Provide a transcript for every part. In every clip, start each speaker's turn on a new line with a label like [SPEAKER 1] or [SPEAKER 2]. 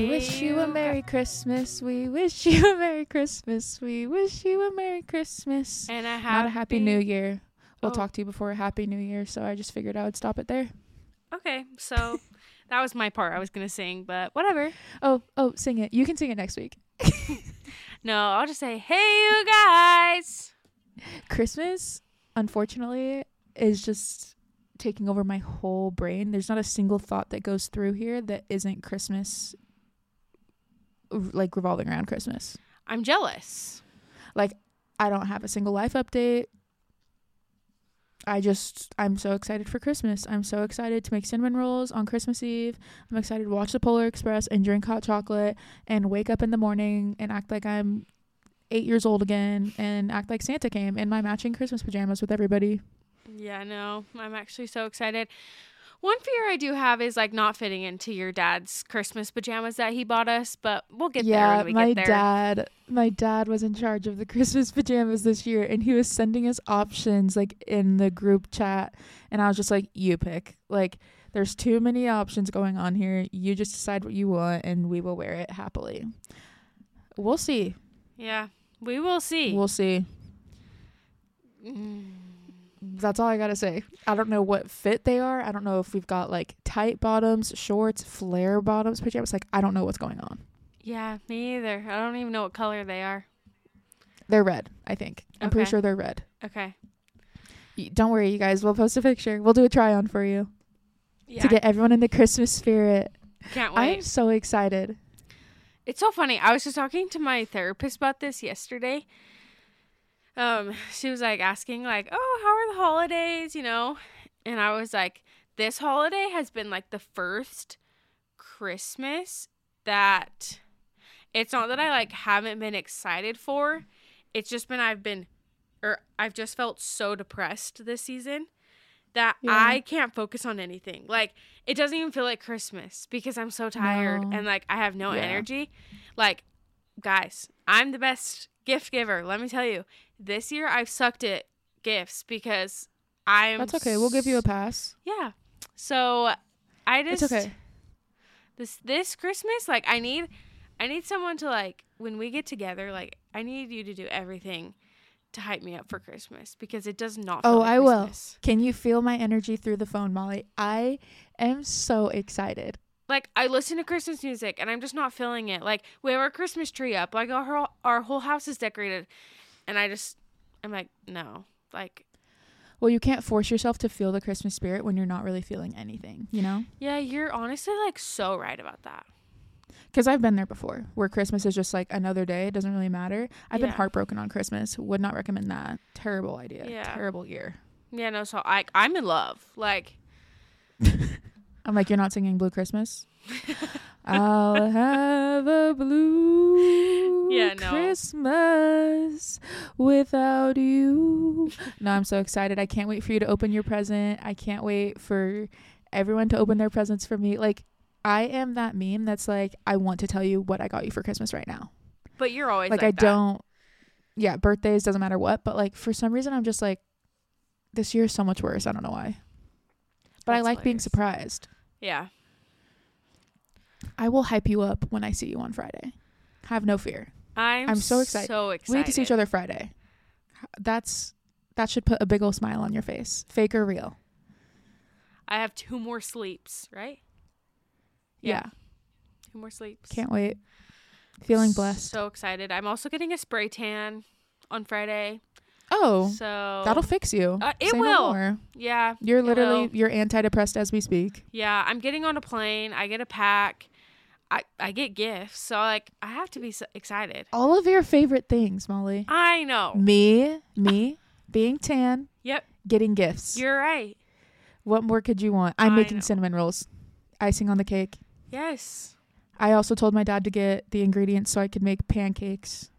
[SPEAKER 1] a Merry Christmas. We wish you a Merry Christmas. We wish you a Merry Christmas.
[SPEAKER 2] and a happy,
[SPEAKER 1] Not a Happy New Year. We'll
[SPEAKER 2] Oh.
[SPEAKER 1] talk to you before Happy New Year. So I just figured I would stop it there.
[SPEAKER 2] Okay, so that was my part I was gonna sing, but whatever.
[SPEAKER 1] Oh, oh, sing it. You can sing it next week.
[SPEAKER 2] No, I'll just say, hey, you guys.
[SPEAKER 1] Christmas, unfortunately, is just taking over my whole brain. There's not a single thought that goes through here that isn't Christmas, like revolving around Christmas.
[SPEAKER 2] I'm jealous.
[SPEAKER 1] I don't have a single life update. I just, I'm so excited for Christmas. I'm so excited to make cinnamon rolls on Christmas Eve. I'm excited to watch the Polar Express and drink hot chocolate and wake up in the morning and act like I'm eight years old again and act like Santa came in my matching Christmas pajamas with everybody.
[SPEAKER 2] Yeah, no, I'm actually so excited. One fear I do have is like not fitting into your dad's Christmas pajamas that he bought us, but we'll get there
[SPEAKER 1] yeah,
[SPEAKER 2] when we
[SPEAKER 1] my
[SPEAKER 2] get there.
[SPEAKER 1] dad, my dad was in charge of the Christmas pajamas this year, and he was sending us options like in the group chat, and I was just like, "You pick." Like, there's too many options going on here. You just decide what you want, and we will wear it happily. We'll see.
[SPEAKER 2] yeah, we will see.
[SPEAKER 1] We'll see.
[SPEAKER 2] Mm.
[SPEAKER 1] That's all I gotta say. I don't know what fit they are. I don't know if we've got like tight bottoms, shorts, flare bottoms, pajamas. Like, I don't know what's going on.
[SPEAKER 2] Yeah, me either. I don't even know what color they are.
[SPEAKER 1] They're red. I think. I'm pretty
[SPEAKER 2] Okay.
[SPEAKER 1] sure they're red.
[SPEAKER 2] Okay.
[SPEAKER 1] Y- Don't worry, you guys. We'll post a picture. We'll do a try on for you
[SPEAKER 2] Yeah,
[SPEAKER 1] to get everyone in the Christmas spirit.
[SPEAKER 2] can't
[SPEAKER 1] I
[SPEAKER 2] wait.
[SPEAKER 1] am so excited.
[SPEAKER 2] It's so funny. I was just talking to my therapist about this yesterday. Um, she was like asking like, "Oh, how are the holidays?" you know? And I was like, "This holiday has been like the first Christmas that it's not that I like haven't been excited for. It's just been I've been or I've just felt so depressed this season that
[SPEAKER 1] Yeah.
[SPEAKER 2] I can't focus on anything. Like it doesn't even feel like Christmas because I'm so tired
[SPEAKER 1] No.
[SPEAKER 2] and like I have no
[SPEAKER 1] Yeah.
[SPEAKER 2] energy. Like, guys, I'm the best gift giver. Let me tell you, this year I've sucked at gifts because I'm.
[SPEAKER 1] That's okay. We'll give you a
[SPEAKER 2] s-
[SPEAKER 1] pass.
[SPEAKER 2] yeah. So I just
[SPEAKER 1] It's okay.
[SPEAKER 2] This this Christmas, like I need, I need someone to like when we get together. Like I need you to do everything to hype me up for Christmas because it does not. Feel
[SPEAKER 1] Oh,
[SPEAKER 2] like
[SPEAKER 1] I will.
[SPEAKER 2] Christmas.
[SPEAKER 1] Can you feel my energy through the phone, Molly? I am so excited.
[SPEAKER 2] like I listen to Christmas music and I'm just not feeling it. Like we have our Christmas tree up, like our whole, our whole house is decorated, and I just I'm like no, like
[SPEAKER 1] Well, you can't force yourself to feel the Christmas spirit when you're not really feeling anything, you know?
[SPEAKER 2] yeah, you're honestly like so right about that.
[SPEAKER 1] Because I've been there before where Christmas is just like another day. It doesn't really matter. I've been
[SPEAKER 2] Yeah.
[SPEAKER 1] heartbroken on Christmas. Would not recommend that. Terrible idea.
[SPEAKER 2] Yeah.
[SPEAKER 1] Terrible year.
[SPEAKER 2] Yeah, no, so I I'm in love. Like
[SPEAKER 1] I'm like, you're not singing Blue Christmas? I'll have a blue
[SPEAKER 2] Yeah, no.
[SPEAKER 1] Christmas without you. No, I'm so excited. I can't wait for you to open your present. I can't wait for everyone to open their presents for me. Like, I am that meme that's like, I want to tell you what I got you for Christmas right now.
[SPEAKER 2] But you're always
[SPEAKER 1] Like,
[SPEAKER 2] like,
[SPEAKER 1] I
[SPEAKER 2] that.
[SPEAKER 1] don't, yeah, birthdays doesn't matter what, but like, for some reason, I'm just like, this year is so much worse. I don't know why. But I
[SPEAKER 2] That's
[SPEAKER 1] like being
[SPEAKER 2] hilarious.
[SPEAKER 1] surprised.
[SPEAKER 2] Yeah,
[SPEAKER 1] I will hype you up when I see you on Friday. Have no fear.
[SPEAKER 2] I'm.
[SPEAKER 1] I'm so excited.
[SPEAKER 2] So excited.
[SPEAKER 1] We get to see each other Friday. That's that should put a big old smile on your face. Fake or real.
[SPEAKER 2] I have two more sleeps. Right.
[SPEAKER 1] Yeah.
[SPEAKER 2] Two more sleeps.
[SPEAKER 1] Can't wait. Feeling blessed.
[SPEAKER 2] So excited. I'm also getting a spray tan on Friday.
[SPEAKER 1] oh,
[SPEAKER 2] So
[SPEAKER 1] that'll fix you.
[SPEAKER 2] Uh, it
[SPEAKER 1] Say no
[SPEAKER 2] will.
[SPEAKER 1] more.
[SPEAKER 2] Yeah.
[SPEAKER 1] You're literally
[SPEAKER 2] will.
[SPEAKER 1] you're antidepressed as we speak.
[SPEAKER 2] Yeah, I'm getting on a plane. I get a pack. I I get gifts. So like I have to be so excited.
[SPEAKER 1] All of your favorite things, Molly.
[SPEAKER 2] I know.
[SPEAKER 1] Me, me, being tan,
[SPEAKER 2] Yep,
[SPEAKER 1] getting gifts.
[SPEAKER 2] you're right.
[SPEAKER 1] what more could you want? I'm
[SPEAKER 2] I
[SPEAKER 1] making
[SPEAKER 2] know.
[SPEAKER 1] cinnamon rolls, icing on the cake.
[SPEAKER 2] Yes.
[SPEAKER 1] I also told my dad to get the ingredients so I could make pancakes.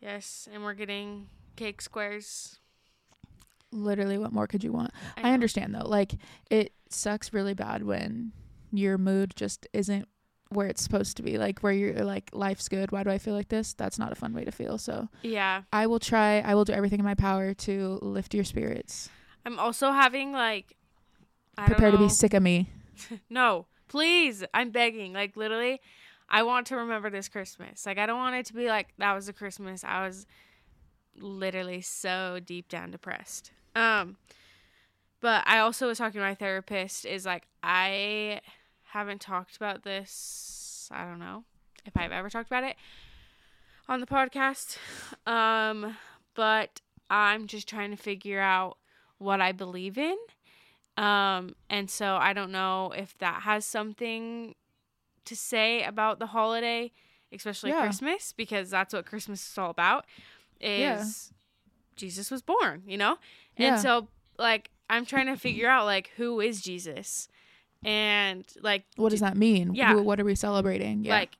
[SPEAKER 2] Yes, and we're getting cake squares.
[SPEAKER 1] literally what more could you want i,
[SPEAKER 2] know.
[SPEAKER 1] understand though like it sucks really bad when your mood just isn't where it's supposed to be like where you're like life's good why do i feel like this that's not a fun way to feel so
[SPEAKER 2] Yeah.
[SPEAKER 1] i will try i will do everything in my power to lift your spirits
[SPEAKER 2] I'm also having like I
[SPEAKER 1] prepare
[SPEAKER 2] don't
[SPEAKER 1] to
[SPEAKER 2] know.
[SPEAKER 1] be sick of me
[SPEAKER 2] No, please. I'm begging. Like literally I want to remember this Christmas. Like I don't want it to be like that was the Christmas I was literally so deep down depressed. Um but I also was talking to my therapist is like I haven't talked about this. I don't know if I've ever talked about it on the podcast. Um but I'm just trying to figure out what I believe in. Um, and so I don't know if that has something to say about the holiday, especially
[SPEAKER 1] Yeah.
[SPEAKER 2] Christmas, because that's what Christmas is all about. Is
[SPEAKER 1] Yeah.
[SPEAKER 2] Jesus was born, you know?
[SPEAKER 1] Yeah.
[SPEAKER 2] And so like I'm trying to figure out like who is Jesus? And like
[SPEAKER 1] What does that mean?
[SPEAKER 2] Yeah.
[SPEAKER 1] Wh- What are we celebrating? Yeah.
[SPEAKER 2] like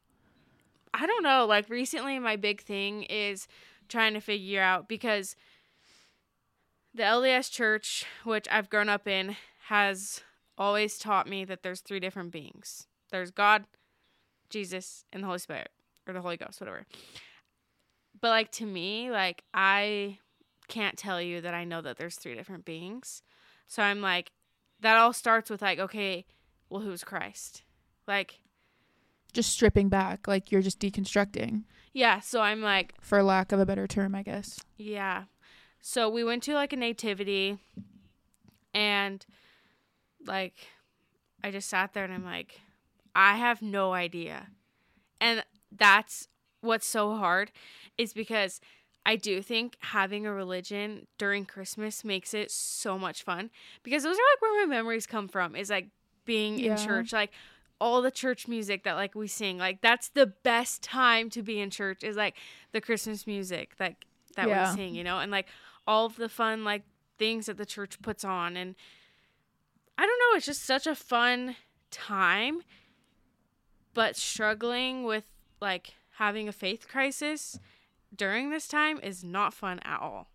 [SPEAKER 2] i don't know like recently my big thing is trying to figure out because the lds church which i've grown up in has always taught me that there's three different beings there's god jesus and the holy spirit or the holy ghost whatever but like to me like i can't tell you that i know that there's three different beings so i'm like that all starts with like okay well who's christ like
[SPEAKER 1] just stripping back, like you're just deconstructing,
[SPEAKER 2] Yeah, so I'm like,
[SPEAKER 1] for lack of a better term, I guess.
[SPEAKER 2] yeah. So we went to like a nativity and like I just sat there and I'm like, I have no idea. And that's what's so hard is because I do think having a religion during Christmas makes it so much fun because those are like where my memories come from is like being
[SPEAKER 1] Yeah.
[SPEAKER 2] in church, like all the church music that like we sing. Like that's the best time to be in church is like the Christmas music like that
[SPEAKER 1] Yeah.
[SPEAKER 2] we sing, you know, and like all of the fun like things that the church puts on and I don't know, it's just such a fun time but struggling with like having a faith crisis during this time is not fun at all.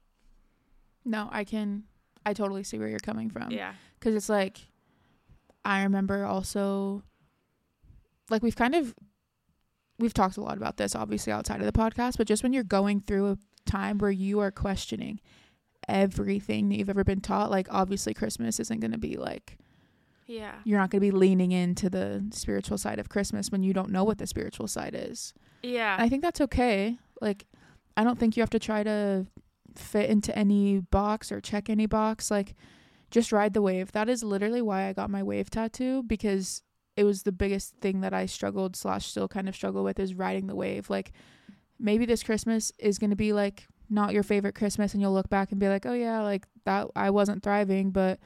[SPEAKER 1] No, I can, I totally see where you're coming from.
[SPEAKER 2] Yeah.
[SPEAKER 1] because it's like i remember also like we've kind of we've talked a lot about this obviously outside of the podcast but just when you're going through a time where you are questioning everything that you've ever been taught like obviously christmas isn't going to be like
[SPEAKER 2] Yeah.
[SPEAKER 1] you're not going to be leaning into the spiritual side of christmas when you don't know what the spiritual side is
[SPEAKER 2] Yeah.
[SPEAKER 1] I think that's okay. Like, I don't think you have to try to fit into any box or check any box. Like, just ride the wave. That is literally why I got my wave tattoo because it was the biggest thing that I struggled slash still kind of struggle with is riding the wave. Like, maybe this Christmas is gonna be like not your favorite Christmas, and you'll look back and be like, oh yeah, like that I wasn't thriving, but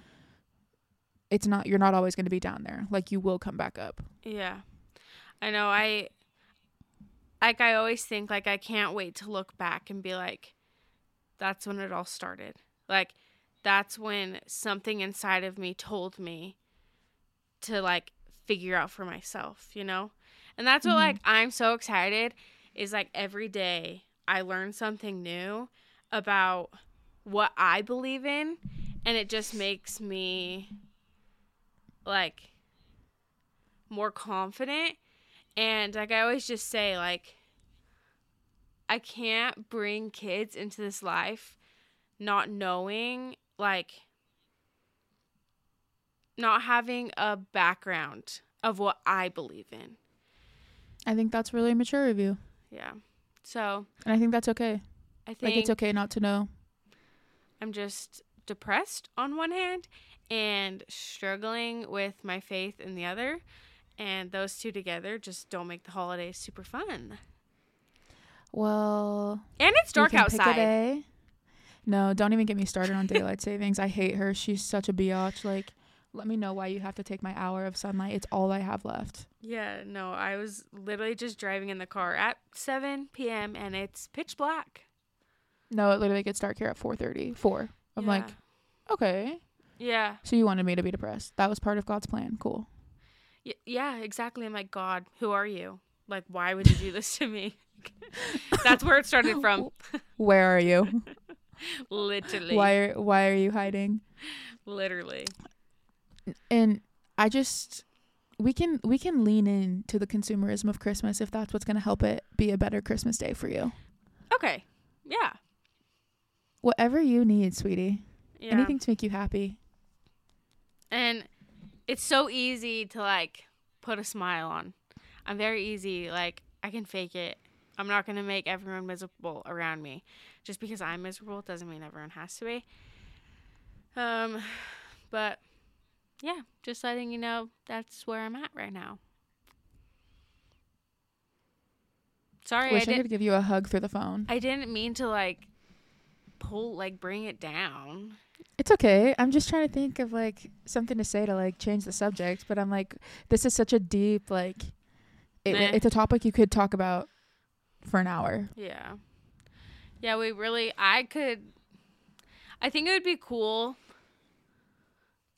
[SPEAKER 1] it's not. You're not always gonna be down there. Like, you will come back up.
[SPEAKER 2] yeah. I know I like I always think like I can't wait to look back and be like that's when it all started. Like that's when something inside of me told me to like figure out for myself, you know? And that's what
[SPEAKER 1] Mhm.
[SPEAKER 2] like I'm so excited is like every day I learn something new about what I believe in and it just makes me like more confident and like I always just say like I can't bring kids into this life not knowing like not having a background of what I believe in.
[SPEAKER 1] I think that's really mature of you,
[SPEAKER 2] Yeah. So
[SPEAKER 1] and I think that's okay.
[SPEAKER 2] I think
[SPEAKER 1] Like, it's okay not to know.
[SPEAKER 2] I'm just depressed on one hand and struggling with my faith in the other. And those two together just don't make the holidays super fun.
[SPEAKER 1] Well,
[SPEAKER 2] And it's dark outside.
[SPEAKER 1] No, don't even get me started on daylight savings. I hate her. She's such a biatch. Like, let me know why you have to take my hour of sunlight. It's all I have left.
[SPEAKER 2] Yeah, no, I was literally just driving in the car at 7 p.m. and it's pitch black.
[SPEAKER 1] No, it literally gets dark here at 4:30. 4. I'm
[SPEAKER 2] Yeah.
[SPEAKER 1] like, okay.
[SPEAKER 2] yeah,
[SPEAKER 1] So you wanted me to be depressed. That was part of God's plan. Cool.
[SPEAKER 2] y- yeah, exactly. I'm like, God, who are you? Like, why would you do this to me? That's where it started from,
[SPEAKER 1] Where are you?
[SPEAKER 2] literally.
[SPEAKER 1] why are why are you hiding?
[SPEAKER 2] Literally.
[SPEAKER 1] And I just we can we can lean in to the consumerism of Christmas if that's what's going to help it be a better Christmas day for you.
[SPEAKER 2] Okay. Yeah.
[SPEAKER 1] Whatever you need, sweetie.
[SPEAKER 2] Yeah.
[SPEAKER 1] Anything to make you happy.
[SPEAKER 2] and it's so easy to like put a smile on. I'm very easy. Like I can fake it. I'm not gonna make everyone miserable around me. Just because I'm miserable doesn't mean everyone has to be. Um, but yeah, just letting you know that's where I'm at right now. Sorry, I
[SPEAKER 1] Wish I,
[SPEAKER 2] didn't.
[SPEAKER 1] could give you a hug through the phone.
[SPEAKER 2] I didn't mean to like pull, like bring it down.
[SPEAKER 1] It's okay. I'm just trying to think of like something to say to like change the subject, but I'm like, this is such a deep like, it,
[SPEAKER 2] Meh.
[SPEAKER 1] it's a topic you could talk about for an hour.
[SPEAKER 2] Yeah. Yeah, we really I could I think it would be cool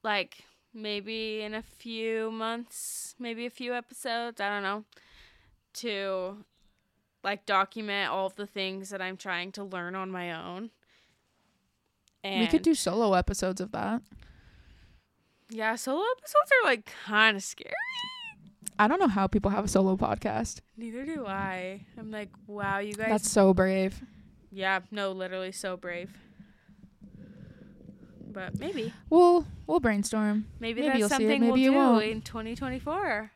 [SPEAKER 2] like maybe in a few months, maybe a few episodes, I don't know, to like document all of the things that I'm trying to learn on my own. And
[SPEAKER 1] we could do solo episodes of that.
[SPEAKER 2] Yeah, solo episodes are like kind of scary.
[SPEAKER 1] I don't know how people have a solo podcast.
[SPEAKER 2] Neither do I. I'm like, wow, you guys.
[SPEAKER 1] That's so brave.
[SPEAKER 2] yeah, no, literally so brave. But maybe.
[SPEAKER 1] We'll we'll brainstorm.
[SPEAKER 2] Maybe,
[SPEAKER 1] Maybe
[SPEAKER 2] that's
[SPEAKER 1] you'll see it,
[SPEAKER 2] something
[SPEAKER 1] maybe you
[SPEAKER 2] we'll
[SPEAKER 1] won't.
[SPEAKER 2] do in 2024.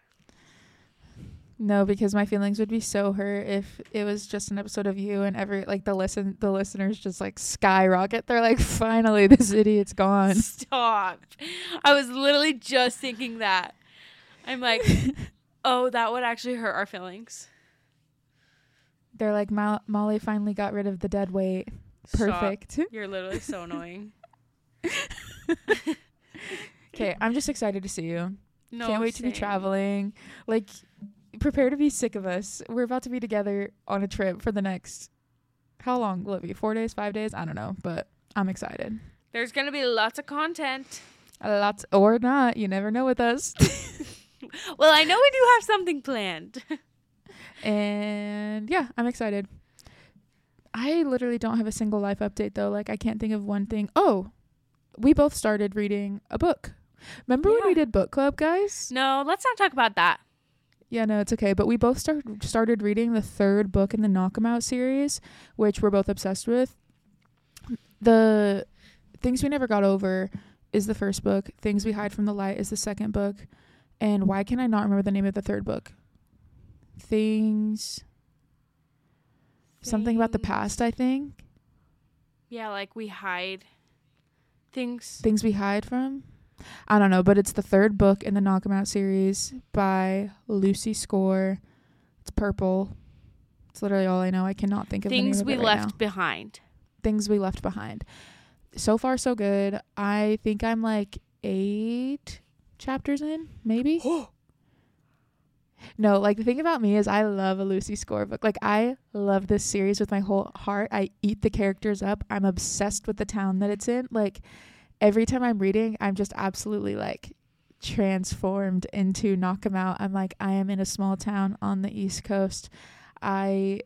[SPEAKER 1] No, because my feelings would be so hurt if it was just an episode of you and every like the listen the listeners just like skyrocket. They're like, finally, this idiot's gone.
[SPEAKER 2] Stop. I was literally just thinking that. I'm like, oh, that would actually hurt our feelings.
[SPEAKER 1] They're like, Mo- Molly finally got rid of the dead weight.
[SPEAKER 2] Stop.
[SPEAKER 1] Perfect.
[SPEAKER 2] You're literally so annoying.
[SPEAKER 1] Okay, I'm just excited to see you.
[SPEAKER 2] No,
[SPEAKER 1] Can't wait to be
[SPEAKER 2] same.
[SPEAKER 1] traveling. Like, prepare to be sick of us. We're about to be together on a trip for the next how long will it be? Four days, five days? I don't know, but I'm excited.
[SPEAKER 2] There's gonna be lots of content.
[SPEAKER 1] Lots or not, you never know with us.
[SPEAKER 2] Well, I know we do have something planned.
[SPEAKER 1] And yeah, I'm excited. I literally don't have a single life update though. Like I can't think of one thing. Oh, we both started reading a book. Remember when we
[SPEAKER 2] Yeah.
[SPEAKER 1] did book club, guys?
[SPEAKER 2] no, let's not talk about that.
[SPEAKER 1] Yeah, no, it's okay. But we both start, started reading the third book in the Knock 'Em Out series, which we're both obsessed with. The Things We Never Got Over is the first book, Things We Hide from the Light is the second book, and why can I not remember the name of the third book? Things. Something about the
[SPEAKER 2] Things-
[SPEAKER 1] past, I think.
[SPEAKER 2] Yeah, like we hide things.
[SPEAKER 1] Things We Hide From. I don't know, but it's the third book in the Knock 'Em Out series by Lucy Score. It's purple. It's literally all I know. I cannot think of the name
[SPEAKER 2] Things
[SPEAKER 1] of
[SPEAKER 2] we
[SPEAKER 1] it right
[SPEAKER 2] left
[SPEAKER 1] now.
[SPEAKER 2] behind.
[SPEAKER 1] Things we left behind. So far, so good. I think I'm like eight chapters in, maybe. no, like the thing about me is I love a Lucy Score book. Like I love this series with my whole heart. I eat the characters up. I'm obsessed with the town that it's in. Like every time I'm reading, I'm just absolutely like transformed into knock 'em out. I'm like, I am in a small town on the East Coast. I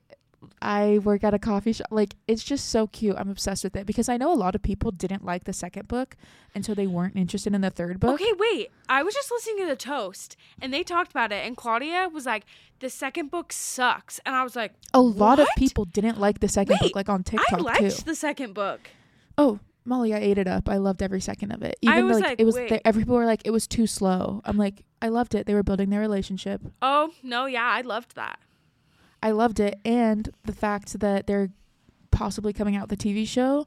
[SPEAKER 1] I work at a coffee shop. Like it's just so cute. I'm obsessed with it because I know a lot of people didn't like the second book and so they weren't interested in the third book.
[SPEAKER 2] Okay, wait. I was just listening to the toast, and they talked about it, and Claudia was like, "The second book sucks," and I was like,
[SPEAKER 1] A lot of
[SPEAKER 2] What?
[SPEAKER 1] people didn't like the second
[SPEAKER 2] Wait,
[SPEAKER 1] book, like on
[SPEAKER 2] "I
[SPEAKER 1] TikTok too.
[SPEAKER 2] liked the second book."
[SPEAKER 1] Oh, Molly, I ate it up. I loved every second of it.
[SPEAKER 2] I
[SPEAKER 1] Even though,
[SPEAKER 2] was
[SPEAKER 1] like,
[SPEAKER 2] like,
[SPEAKER 1] it was,
[SPEAKER 2] wait.
[SPEAKER 1] the, every people were like, it was too slow. I'm like, I loved it. They were building their relationship.
[SPEAKER 2] Oh no, yeah, I loved that.
[SPEAKER 1] I loved it, and the fact that they're possibly coming out with a TV show.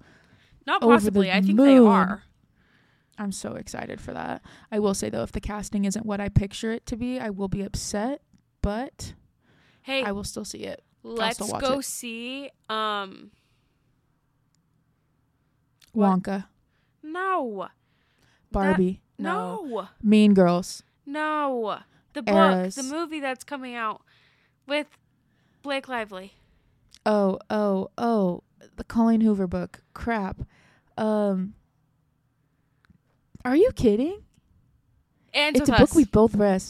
[SPEAKER 2] Not
[SPEAKER 1] Over the
[SPEAKER 2] possibly. I think they
[SPEAKER 1] moon.
[SPEAKER 2] are.
[SPEAKER 1] I'm so excited for that. I will say though, if the casting isn't what I picture it to be, I will be upset. But
[SPEAKER 2] Hey,
[SPEAKER 1] I will still see it.
[SPEAKER 2] let's
[SPEAKER 1] still watch
[SPEAKER 2] go
[SPEAKER 1] it.
[SPEAKER 2] see. Um, What?
[SPEAKER 1] Wonka,
[SPEAKER 2] no,
[SPEAKER 1] Barbie, no.
[SPEAKER 2] no,
[SPEAKER 1] Mean Girls.
[SPEAKER 2] no, the book,
[SPEAKER 1] Eras.
[SPEAKER 2] the movie that's coming out with Blake Lively.
[SPEAKER 1] Oh, oh, oh, the Colleen Hoover book. Crap. Um, are you kidding?
[SPEAKER 2] And
[SPEAKER 1] it's a book we both read.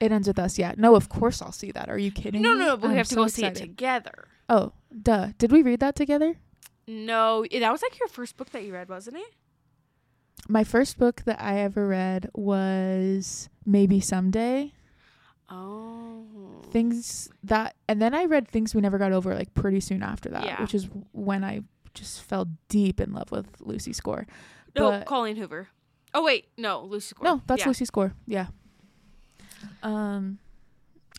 [SPEAKER 1] It ends with us. Yeah. No, of course I'll see that. Are you kidding?
[SPEAKER 2] no,
[SPEAKER 1] me?
[SPEAKER 2] no, no, but we
[SPEAKER 1] I'm
[SPEAKER 2] have to
[SPEAKER 1] so
[SPEAKER 2] go see it
[SPEAKER 1] excited.
[SPEAKER 2] together.
[SPEAKER 1] Oh, duh. Did we read that together?
[SPEAKER 2] No, that was like your first book that you read, wasn't it?
[SPEAKER 1] My first book that I ever read was Maybe Someday.
[SPEAKER 2] Oh.
[SPEAKER 1] Things that, and then I read Things We Never Got Over like pretty soon after that,
[SPEAKER 2] Yeah.
[SPEAKER 1] which is when I just fell deep in love with Lucy Score.
[SPEAKER 2] No,
[SPEAKER 1] but-
[SPEAKER 2] Colleen Hoover. Oh wait, no, Lucy Gore.
[SPEAKER 1] No, that's
[SPEAKER 2] yeah.
[SPEAKER 1] Lucy Score. Yeah. Um,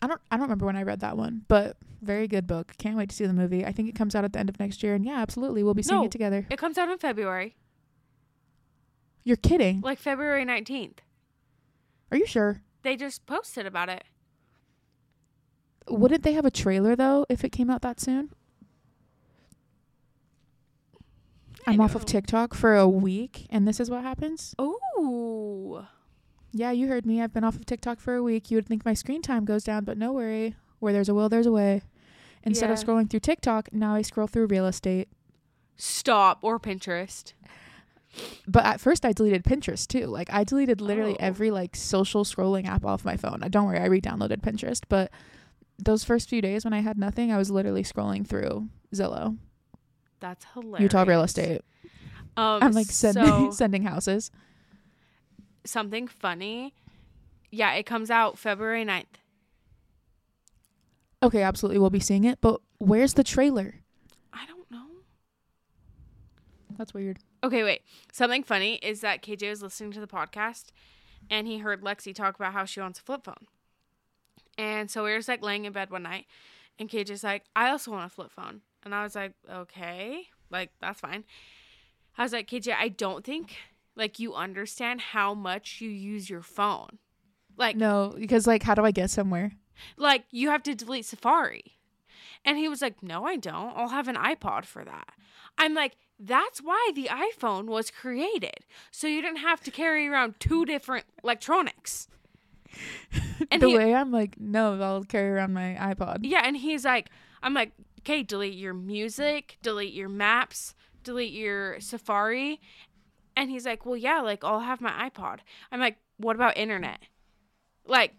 [SPEAKER 1] I don't I don't remember when I read that one, but very good book. Can't wait to see the movie. I think it comes out at the end of next year and yeah, absolutely. We'll be seeing
[SPEAKER 2] No.
[SPEAKER 1] it together.
[SPEAKER 2] It comes out in February,
[SPEAKER 1] You're kidding.
[SPEAKER 2] like February 19th.
[SPEAKER 1] Are you sure?
[SPEAKER 2] They just posted about it.
[SPEAKER 1] Wouldn't they have a trailer though if it came out that soon?
[SPEAKER 2] I
[SPEAKER 1] I'm off of
[SPEAKER 2] know.
[SPEAKER 1] TikTok for a week and this is what happens?
[SPEAKER 2] Ooh.
[SPEAKER 1] Yeah, you heard me. I've been off of TikTok for a week. You would think my screen time goes down, but no worry. Where there's a will, there's a way. Instead of
[SPEAKER 2] Yeah.
[SPEAKER 1] scrolling through TikTok, now I scroll through real estate.
[SPEAKER 2] Stop or Pinterest.
[SPEAKER 1] But at first, I deleted Pinterest too. Like I deleted literally
[SPEAKER 2] Oh.
[SPEAKER 1] every like social scrolling app off my phone. Uh, Don't worry, I re-downloaded Pinterest. But those first few days when I had nothing, I was literally scrolling through Zillow,
[SPEAKER 2] That's hilarious.
[SPEAKER 1] Utah real estate.
[SPEAKER 2] Um,
[SPEAKER 1] I'm like sending
[SPEAKER 2] so
[SPEAKER 1] sending houses.
[SPEAKER 2] something funny. Yeah, it comes out February 9th.
[SPEAKER 1] Okay, absolutely, we'll be seeing it. But where's the trailer?
[SPEAKER 2] I don't know.
[SPEAKER 1] That's weird.
[SPEAKER 2] Okay, wait. Something funny is that KJ was listening to the podcast and he heard Lexi talk about how she wants a flip phone. And so we were just like laying in bed one night and KJ's like, I also want a flip phone. And I was like, okay, like that's fine. I was like, KJ, I don't think like you understand how much you use your phone. Like,
[SPEAKER 1] No, because like, how do I get somewhere?
[SPEAKER 2] like you have to delete Safari. And he was like, No, I don't. I'll have an iPod for that. I'm like, That's why the iPhone was created. So you didn't have to carry around two different electronics. And
[SPEAKER 1] the
[SPEAKER 2] he,
[SPEAKER 1] way I'm like, no, I'll carry around my iPod.
[SPEAKER 2] yeah, and he's like, I'm like, Okay, delete your music, delete your maps, delete your Safari. And he's like, Well, yeah, like I'll have my iPod. I'm like, What about internet? Like,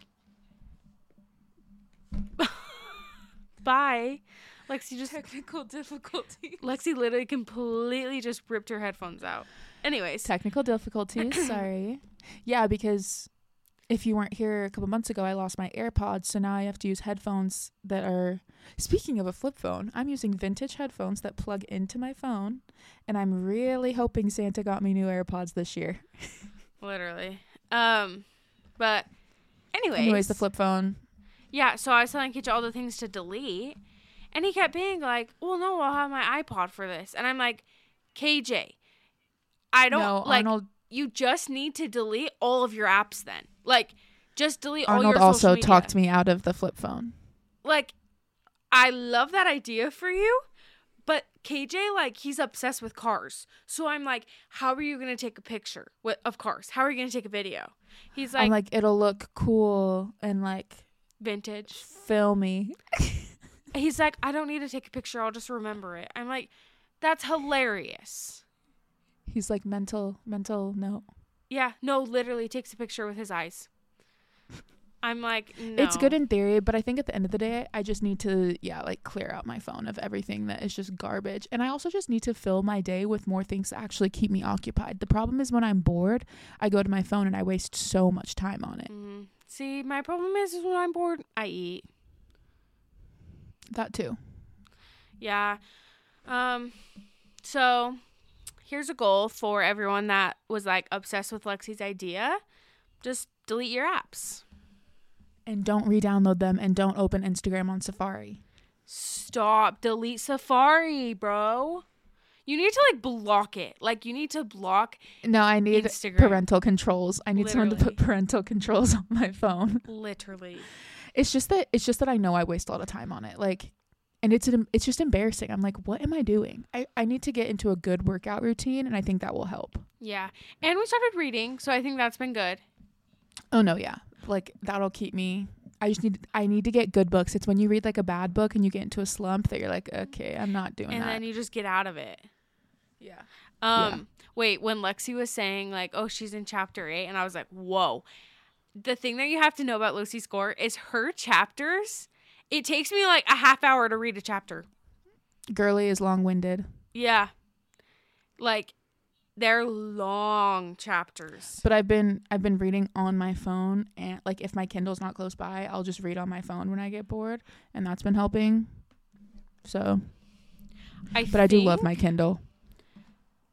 [SPEAKER 2] bye. Lexi just
[SPEAKER 3] Technical difficulty.
[SPEAKER 2] Lexi literally completely just ripped her headphones out. Anyways,
[SPEAKER 1] Technical difficulties. sorry. Yeah, because if you weren't here a couple months ago, I lost my AirPods, so now I have to use headphones that are. Speaking of a flip phone, I'm using vintage headphones that plug into my phone, and I'm really hoping Santa got me new AirPods this year.
[SPEAKER 2] literally. Um, but anyways,
[SPEAKER 1] Anyways, the flip phone.
[SPEAKER 2] Yeah, so I was telling Kitch all the things to delete, and he kept being like, "Well, no, I'll have my iPod for this," and I'm like, "KJ, I don't
[SPEAKER 1] no,
[SPEAKER 2] like.
[SPEAKER 1] Arnold.
[SPEAKER 2] You just need to delete all of your apps then. Like, just delete all
[SPEAKER 1] Arnold
[SPEAKER 2] your social
[SPEAKER 1] also
[SPEAKER 2] media.
[SPEAKER 1] talked me out of the flip phone.
[SPEAKER 2] like I love that idea for you, but KJ like he's obsessed with cars. So I'm like, how are you going to take a picture wi- of cars? How are you going to take a video? He's like,
[SPEAKER 1] I'm like, it'll look cool and like
[SPEAKER 2] vintage.
[SPEAKER 1] filmy.
[SPEAKER 2] He's like, I don't need to take a picture. I'll just remember it. I'm like, that's hilarious.
[SPEAKER 1] He's like mental, mental note.
[SPEAKER 2] Yeah, no, literally takes a picture with his eyes. I'm like, no.
[SPEAKER 1] It's good in theory, but I think at the end of the day, I just need to, yeah, like clear out my phone of everything that is just garbage. And I also just need to fill my day with more things that actually keep me occupied. The problem is when I'm bored, I go to my phone and I waste so much time on it.
[SPEAKER 2] Mhm. See, my problem is, is when I'm bored, I eat.
[SPEAKER 1] That too.
[SPEAKER 2] Yeah. Um so here's a goal for everyone that was like obsessed with Lexi's idea. Just delete your apps.
[SPEAKER 1] And don't re download them and don't open Instagram on Safari.
[SPEAKER 2] Stop. Delete Safari, bro. You need to like block it. Like you need to block
[SPEAKER 1] No, I need
[SPEAKER 2] Instagram.
[SPEAKER 1] parental controls. I need someone to
[SPEAKER 2] Literally.
[SPEAKER 1] put parental controls on my phone.
[SPEAKER 2] literally.
[SPEAKER 1] It's just that it's just that I know I waste a lot of time on it. Like and it's an, it's just embarrassing. I'm like, what am I doing? I, I need to get into a good workout routine and I think that will help.
[SPEAKER 2] Yeah. And we started reading, so I think that's been good.
[SPEAKER 1] Oh no, yeah. Like that'll keep me. I just need I need to get good books. It's when you read like a bad book and you get into a slump that you're like, okay, I'm not doing
[SPEAKER 2] And
[SPEAKER 1] that.
[SPEAKER 2] then you just get out of it.
[SPEAKER 1] yeah.
[SPEAKER 2] Um, wait, when Lexi was saying like, oh, she's in chapter eight, and I was like, whoa. The thing that you have to know about Lucy Score is her chapters. It takes me like a half hour to read a chapter.
[SPEAKER 1] Girly is long-winded,
[SPEAKER 2] Yeah, like they're long chapters.
[SPEAKER 1] but I've been I've been reading on my phone and like if my Kindle's not close by, I'll just read on my phone when I get bored, and that's been helping. So,
[SPEAKER 2] I
[SPEAKER 1] but I do love
[SPEAKER 2] think-
[SPEAKER 1] my Kindle.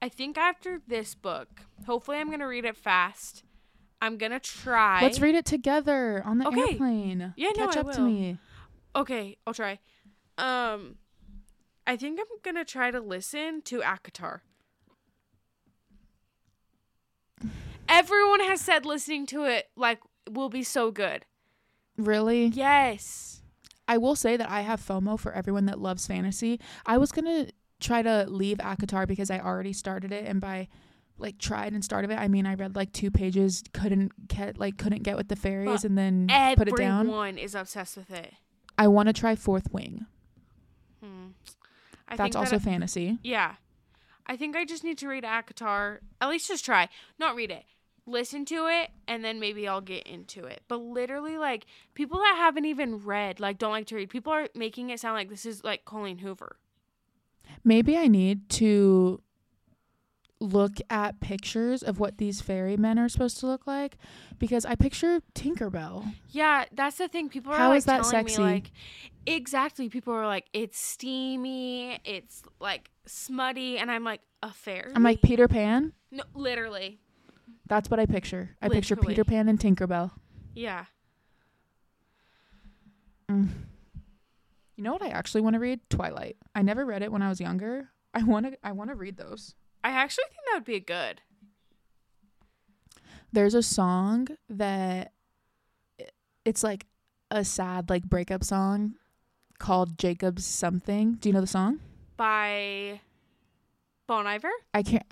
[SPEAKER 2] I think after this book, hopefully I'm gonna read it fast. I'm gonna try.
[SPEAKER 1] Let's read it together on the
[SPEAKER 2] Okay.
[SPEAKER 1] airplane.
[SPEAKER 2] Yeah, no,
[SPEAKER 1] Catch
[SPEAKER 2] I
[SPEAKER 1] up to
[SPEAKER 2] will.
[SPEAKER 1] me.
[SPEAKER 2] Okay, I'll try. Um, I think I'm gonna try to listen to Akatar. Everyone has said listening to it like will be so good.
[SPEAKER 1] Really?
[SPEAKER 2] Yes.
[SPEAKER 1] I will say that I have FOMO for everyone that loves fantasy. I was gonna try to leave ACOTAR because I already started it, and by like tried and started it, I mean I read like two pages, couldn't get like couldn't get with the fairies,
[SPEAKER 2] But
[SPEAKER 1] and then put it down.
[SPEAKER 2] Everyone is obsessed with it.
[SPEAKER 1] I want to try Fourth Wing.
[SPEAKER 2] Hmm. I
[SPEAKER 1] That's
[SPEAKER 2] think
[SPEAKER 1] also
[SPEAKER 2] that,
[SPEAKER 1] fantasy.
[SPEAKER 2] yeah. I think I just need to read Akatar. At least just try. Not read it. Listen to it and then maybe I'll get into it. But literally like people that haven't even read, like don't like to read, people are making it sound like this is like Colleen Hoover.
[SPEAKER 1] Maybe I need to look at pictures of what these fairy men are supposed to look like because I picture Tinkerbell.
[SPEAKER 2] Yeah, that's the thing. People are
[SPEAKER 1] How
[SPEAKER 2] like
[SPEAKER 1] is that
[SPEAKER 2] telling
[SPEAKER 1] sexy?
[SPEAKER 2] me like exactly. People are like, it's steamy, it's like smutty, and I'm like, a fairy.
[SPEAKER 1] I'm like Peter Pan.
[SPEAKER 2] no, literally,
[SPEAKER 1] That's what I picture. I picture
[SPEAKER 2] Literally.
[SPEAKER 1] Peter Pan and Tinkerbell.
[SPEAKER 2] yeah.
[SPEAKER 1] Mm. You know what I actually want to read? Twilight. I never read it when I was younger. I want to I want to read those.
[SPEAKER 2] I actually think that would be good.
[SPEAKER 1] There's a song that it's like a sad like breakup song called Jacob's something. Do you know the song?
[SPEAKER 2] by Bon Iver.
[SPEAKER 1] I can't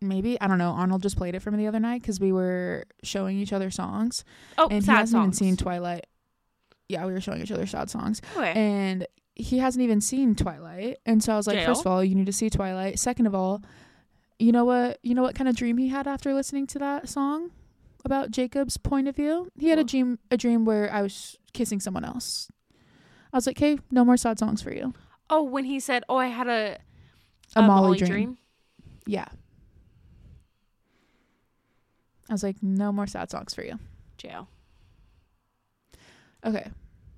[SPEAKER 1] Maybe I don't know. Arnold just played it for me the other night because we were showing each other songs,
[SPEAKER 2] Oh,
[SPEAKER 1] and he
[SPEAKER 2] sad
[SPEAKER 1] hasn't even
[SPEAKER 2] songs.
[SPEAKER 1] seen Twilight. Yeah, we were showing each other sad songs,
[SPEAKER 2] Okay.
[SPEAKER 1] and he hasn't even seen Twilight. And so I was like,
[SPEAKER 2] Jail.
[SPEAKER 1] first of all, you need to see Twilight. Second of all, you know what? You know what kind of dream he had after listening to that song about Jacob's point of view? He had a
[SPEAKER 2] What?
[SPEAKER 1] dream, a dream where I was kissing someone else. I was like, okay, no more sad songs for you.
[SPEAKER 2] oh, when he said, "Oh, I had a
[SPEAKER 1] A Molly, dream. Yeah. I was like, no more sad songs for you.
[SPEAKER 2] Jail.
[SPEAKER 1] Okay.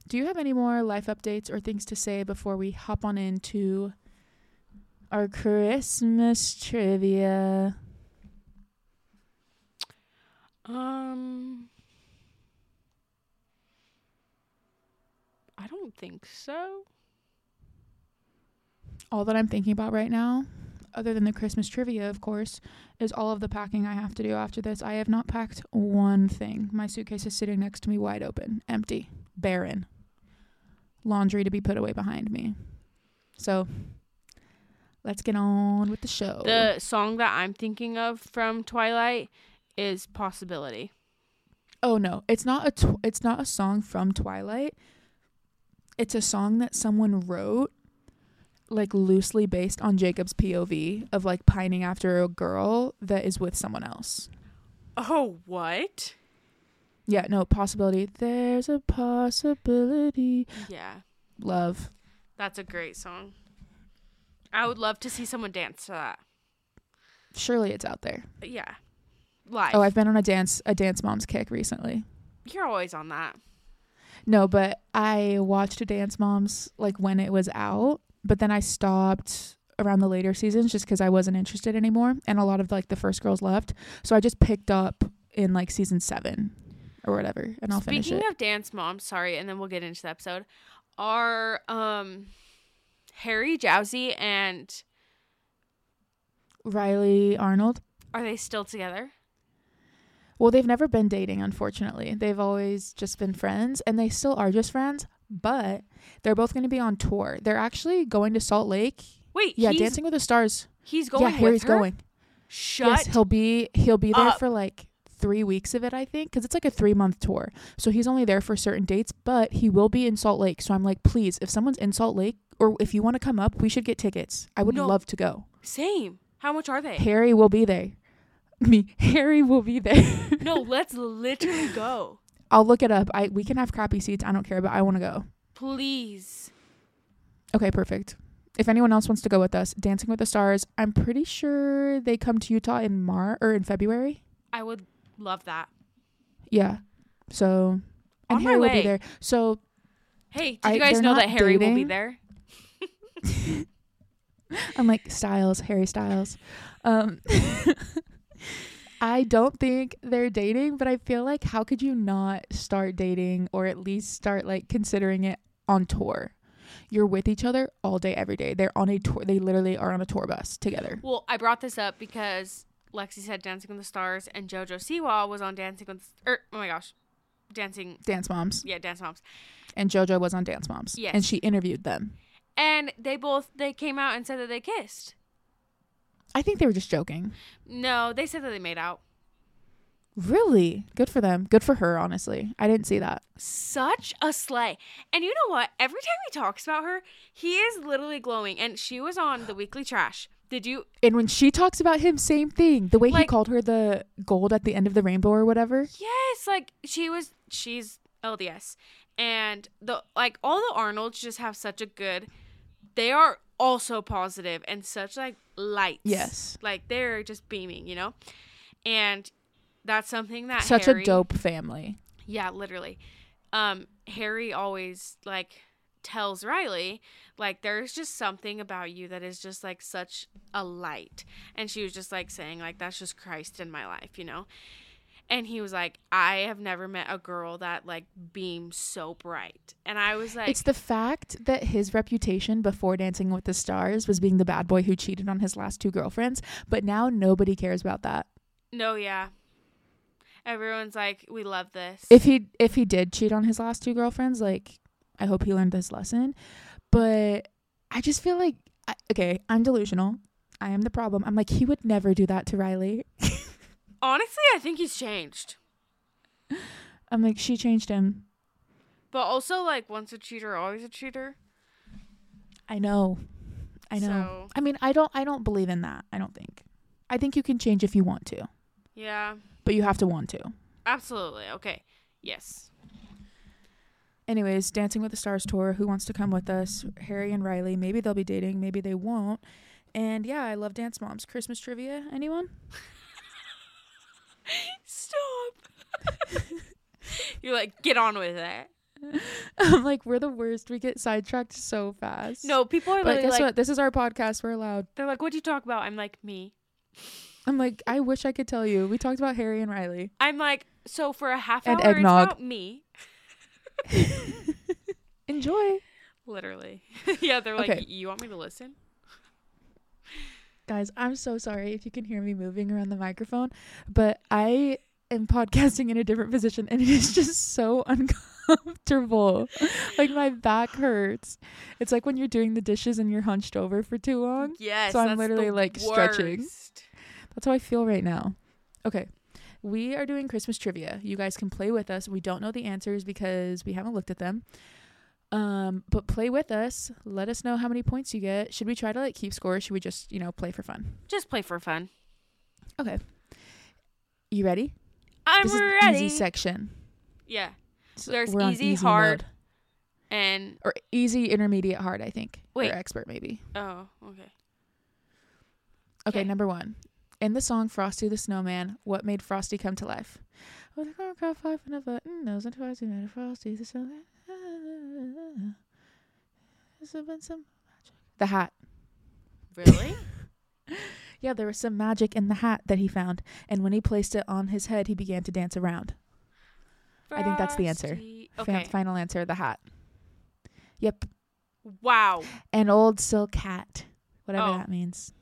[SPEAKER 1] Do you have any more life updates or things to say before we hop on into our Christmas trivia?
[SPEAKER 2] Um, I don't think so.
[SPEAKER 1] All that I'm thinking about right now, other than the Christmas trivia, of course, is all of the packing I have to do after this. I have not packed one thing. My suitcase is sitting next to me, wide open, empty, barren. Laundry to be put away behind me. So let's get on with the show.
[SPEAKER 2] The song that I'm thinking of from Twilight is "Possibility."
[SPEAKER 1] Oh no, it's not a tw- it's not a song from Twilight. It's a song that someone wrote like loosely based on Jacob's POV of like pining after a girl that is with someone else.
[SPEAKER 2] Oh, what?
[SPEAKER 1] Yeah, no, possibility. There's a possibility.
[SPEAKER 2] Yeah,
[SPEAKER 1] Love.
[SPEAKER 2] that's a great song. I would love to see someone dance to that.
[SPEAKER 1] Surely it's out there.
[SPEAKER 2] Yeah, live.
[SPEAKER 1] Oh, I've been on a dance a dance mom's kick recently.
[SPEAKER 2] You're always on that.
[SPEAKER 1] No, but I watched Dance Moms like when it was out, but then I stopped around the later seasons just because I wasn't interested anymore, and a lot of like the first girls left. So I just picked up in like season seven or whatever, and I'll
[SPEAKER 2] Speaking
[SPEAKER 1] finish it.
[SPEAKER 2] of dance moms, sorry, and then we'll get into the episode. Are um Harry Jowsey and
[SPEAKER 1] Riley Arnold.
[SPEAKER 2] are they still together?
[SPEAKER 1] Well, they've never been dating, unfortunately. They've always just been friends, and they still are just friends. But they're both going to be on tour. They're actually going to Salt Lake.
[SPEAKER 2] Wait,
[SPEAKER 1] Yeah,
[SPEAKER 2] he's,
[SPEAKER 1] Dancing with the Stars.
[SPEAKER 2] He's going.
[SPEAKER 1] yeah,
[SPEAKER 2] with
[SPEAKER 1] Harry's
[SPEAKER 2] her?
[SPEAKER 1] going.
[SPEAKER 2] Shut.
[SPEAKER 1] Yes, he'll be he'll be there
[SPEAKER 2] up.
[SPEAKER 1] for like three weeks of it, I think, because it's like a three month tour. So he's only there for certain dates, but he will be in Salt Lake. So I'm like, please, if someone's in Salt Lake or if you want to come up, we should get tickets. I would
[SPEAKER 2] No.
[SPEAKER 1] love to go.
[SPEAKER 2] Same. How much are they?
[SPEAKER 1] Harry will be there. Me, Harry will be there.
[SPEAKER 2] no, let's literally go.
[SPEAKER 1] I'll look it up. I we can have crappy seats. I don't care, but I want to go.
[SPEAKER 2] Please.
[SPEAKER 1] Okay, perfect. If anyone else wants to go with us, Dancing with the Stars, I'm pretty sure they come to Utah in Mar or in February.
[SPEAKER 2] I would love that.
[SPEAKER 1] Yeah. So and
[SPEAKER 2] On my
[SPEAKER 1] Harry will be
[SPEAKER 2] way.
[SPEAKER 1] there. So
[SPEAKER 2] Hey, did
[SPEAKER 1] I-
[SPEAKER 2] you guys
[SPEAKER 1] they're
[SPEAKER 2] know
[SPEAKER 1] not
[SPEAKER 2] that Harry will be
[SPEAKER 1] dating?
[SPEAKER 2] there?
[SPEAKER 1] I'm like Styles, Harry Styles. Um, I don't think they're dating, but I feel like how could you not start dating or at least start like considering it on tour? You're with each other all day, every day. They're on a tour. They literally are on a tour bus together.
[SPEAKER 2] Well, I brought this up because Lexi said Dancing with the Stars and JoJo Siwa was on Dancing with the er, oh my gosh. Dancing
[SPEAKER 1] Dance Moms.
[SPEAKER 2] yeah, Dance Moms.
[SPEAKER 1] And JoJo was on Dance Moms.
[SPEAKER 2] Yes.
[SPEAKER 1] And she interviewed them.
[SPEAKER 2] And they both they came out and said that they kissed.
[SPEAKER 1] I think they were just joking.
[SPEAKER 2] No, they said that they made out.
[SPEAKER 1] Really? Good for them. Good for her, honestly. I didn't see that.
[SPEAKER 2] Such a sleigh. And you know what? Every time he talks about her, he is literally glowing. And she was on the weekly trash. Did you
[SPEAKER 1] And when she talks about him, same thing. The way he
[SPEAKER 2] Like-
[SPEAKER 1] called her the gold at the end of the rainbow or whatever.
[SPEAKER 2] Yes, like she was she's LDS. And the like all the Arnolds just have such a good they are also positive and such like lights.
[SPEAKER 1] Yes.
[SPEAKER 2] Like they're just beaming, you know? And that's something that
[SPEAKER 1] Such
[SPEAKER 2] Harry,
[SPEAKER 1] a dope family.
[SPEAKER 2] Yeah, literally. Um Harry always like tells Riley like there's just something about you that is just like such a light. And she was just like saying like that's just Christ in my life, you know. And he was like, I have never met a girl that like beams so bright. And I was like,
[SPEAKER 1] it's the fact that his reputation before Dancing with the Stars was being the bad boy who cheated on his last two girlfriends, but now nobody cares about that.
[SPEAKER 2] No, yeah. Everyone's like, we love this.
[SPEAKER 1] If he if he did cheat on his last two girlfriends, like I hope he learned this lesson, but I just feel like I, okay, I'm delusional. I am the problem. I'm like he would never do that to Riley.
[SPEAKER 2] Honestly, I think he's changed.
[SPEAKER 1] I'm like she changed him.
[SPEAKER 2] But also, like, once a cheater, always a cheater.
[SPEAKER 1] I know. I know.
[SPEAKER 2] So-
[SPEAKER 1] I mean, I don't I don't believe in that. I don't think. I think you can change if you want to,
[SPEAKER 2] Yeah,
[SPEAKER 1] but you have to want to.
[SPEAKER 2] absolutely. Okay. Yes.
[SPEAKER 1] Anyways, Dancing with the Stars tour. Who wants to come with us? Harry and Riley. Maybe they'll be dating. Maybe they won't. And yeah, I love Dance Moms. Christmas trivia. Anyone?
[SPEAKER 2] Stop. You're like, get on with it.
[SPEAKER 1] I'm like, we're the worst. We get sidetracked so fast.
[SPEAKER 2] No, people are
[SPEAKER 1] But
[SPEAKER 2] literally
[SPEAKER 1] guess
[SPEAKER 2] like,
[SPEAKER 1] what? This is our podcast. We're allowed.
[SPEAKER 2] they're like, what do you talk about? I'm like, me.
[SPEAKER 1] I'm like, I wish I could tell you. We talked about Harry and Riley.
[SPEAKER 2] I'm like, so for a half
[SPEAKER 1] And
[SPEAKER 2] hour,
[SPEAKER 1] eggnog.
[SPEAKER 2] it's about me.
[SPEAKER 1] Enjoy.
[SPEAKER 2] Literally. yeah, they're like,
[SPEAKER 1] Okay.
[SPEAKER 2] you want me to listen?
[SPEAKER 1] Guys, I'm so sorry if you can hear me moving around the microphone, but I am podcasting in a different position and it is just so uncomfortable. like my back hurts. It's like when you're doing the dishes and you're hunched over for too long.
[SPEAKER 2] Yes.
[SPEAKER 1] So I'm
[SPEAKER 2] that's the
[SPEAKER 1] literally, like, stretching.
[SPEAKER 2] worst.
[SPEAKER 1] That's how I feel right now. Okay. We are doing Christmas trivia. You guys can play with us. We don't know the answers because we haven't looked at them. Um, but play with us. Let us know how many points you get. Should we try to like keep score? Or should we just, you know, play for fun?
[SPEAKER 2] Just play for fun.
[SPEAKER 1] Okay. You ready?
[SPEAKER 2] I'm
[SPEAKER 1] this is the
[SPEAKER 2] ready.
[SPEAKER 1] easy section.
[SPEAKER 2] yeah.
[SPEAKER 1] So
[SPEAKER 2] There's
[SPEAKER 1] on
[SPEAKER 2] easy, hard.
[SPEAKER 1] mode.
[SPEAKER 2] And
[SPEAKER 1] or easy, intermediate, hard. I think.
[SPEAKER 2] Wait.
[SPEAKER 1] or expert maybe.
[SPEAKER 2] oh, okay.
[SPEAKER 1] Okay,
[SPEAKER 2] Okay.
[SPEAKER 1] number one. In the song Frosty the Snowman, what made Frosty come to life? With a corn crop five and a button, nose and twice, and made Frosty the Snowman. There's been some magic. The hat.
[SPEAKER 2] Really?
[SPEAKER 1] Yeah, there was some magic in the hat that he found, and when he placed it on his head, he began to dance around. I think that's the answer.
[SPEAKER 2] Frosty-
[SPEAKER 1] Fan-
[SPEAKER 2] Okay.
[SPEAKER 1] final answer, the hat. Yep.
[SPEAKER 2] Wow.
[SPEAKER 1] An old silk hat. Whatever
[SPEAKER 2] Oh.
[SPEAKER 1] that means.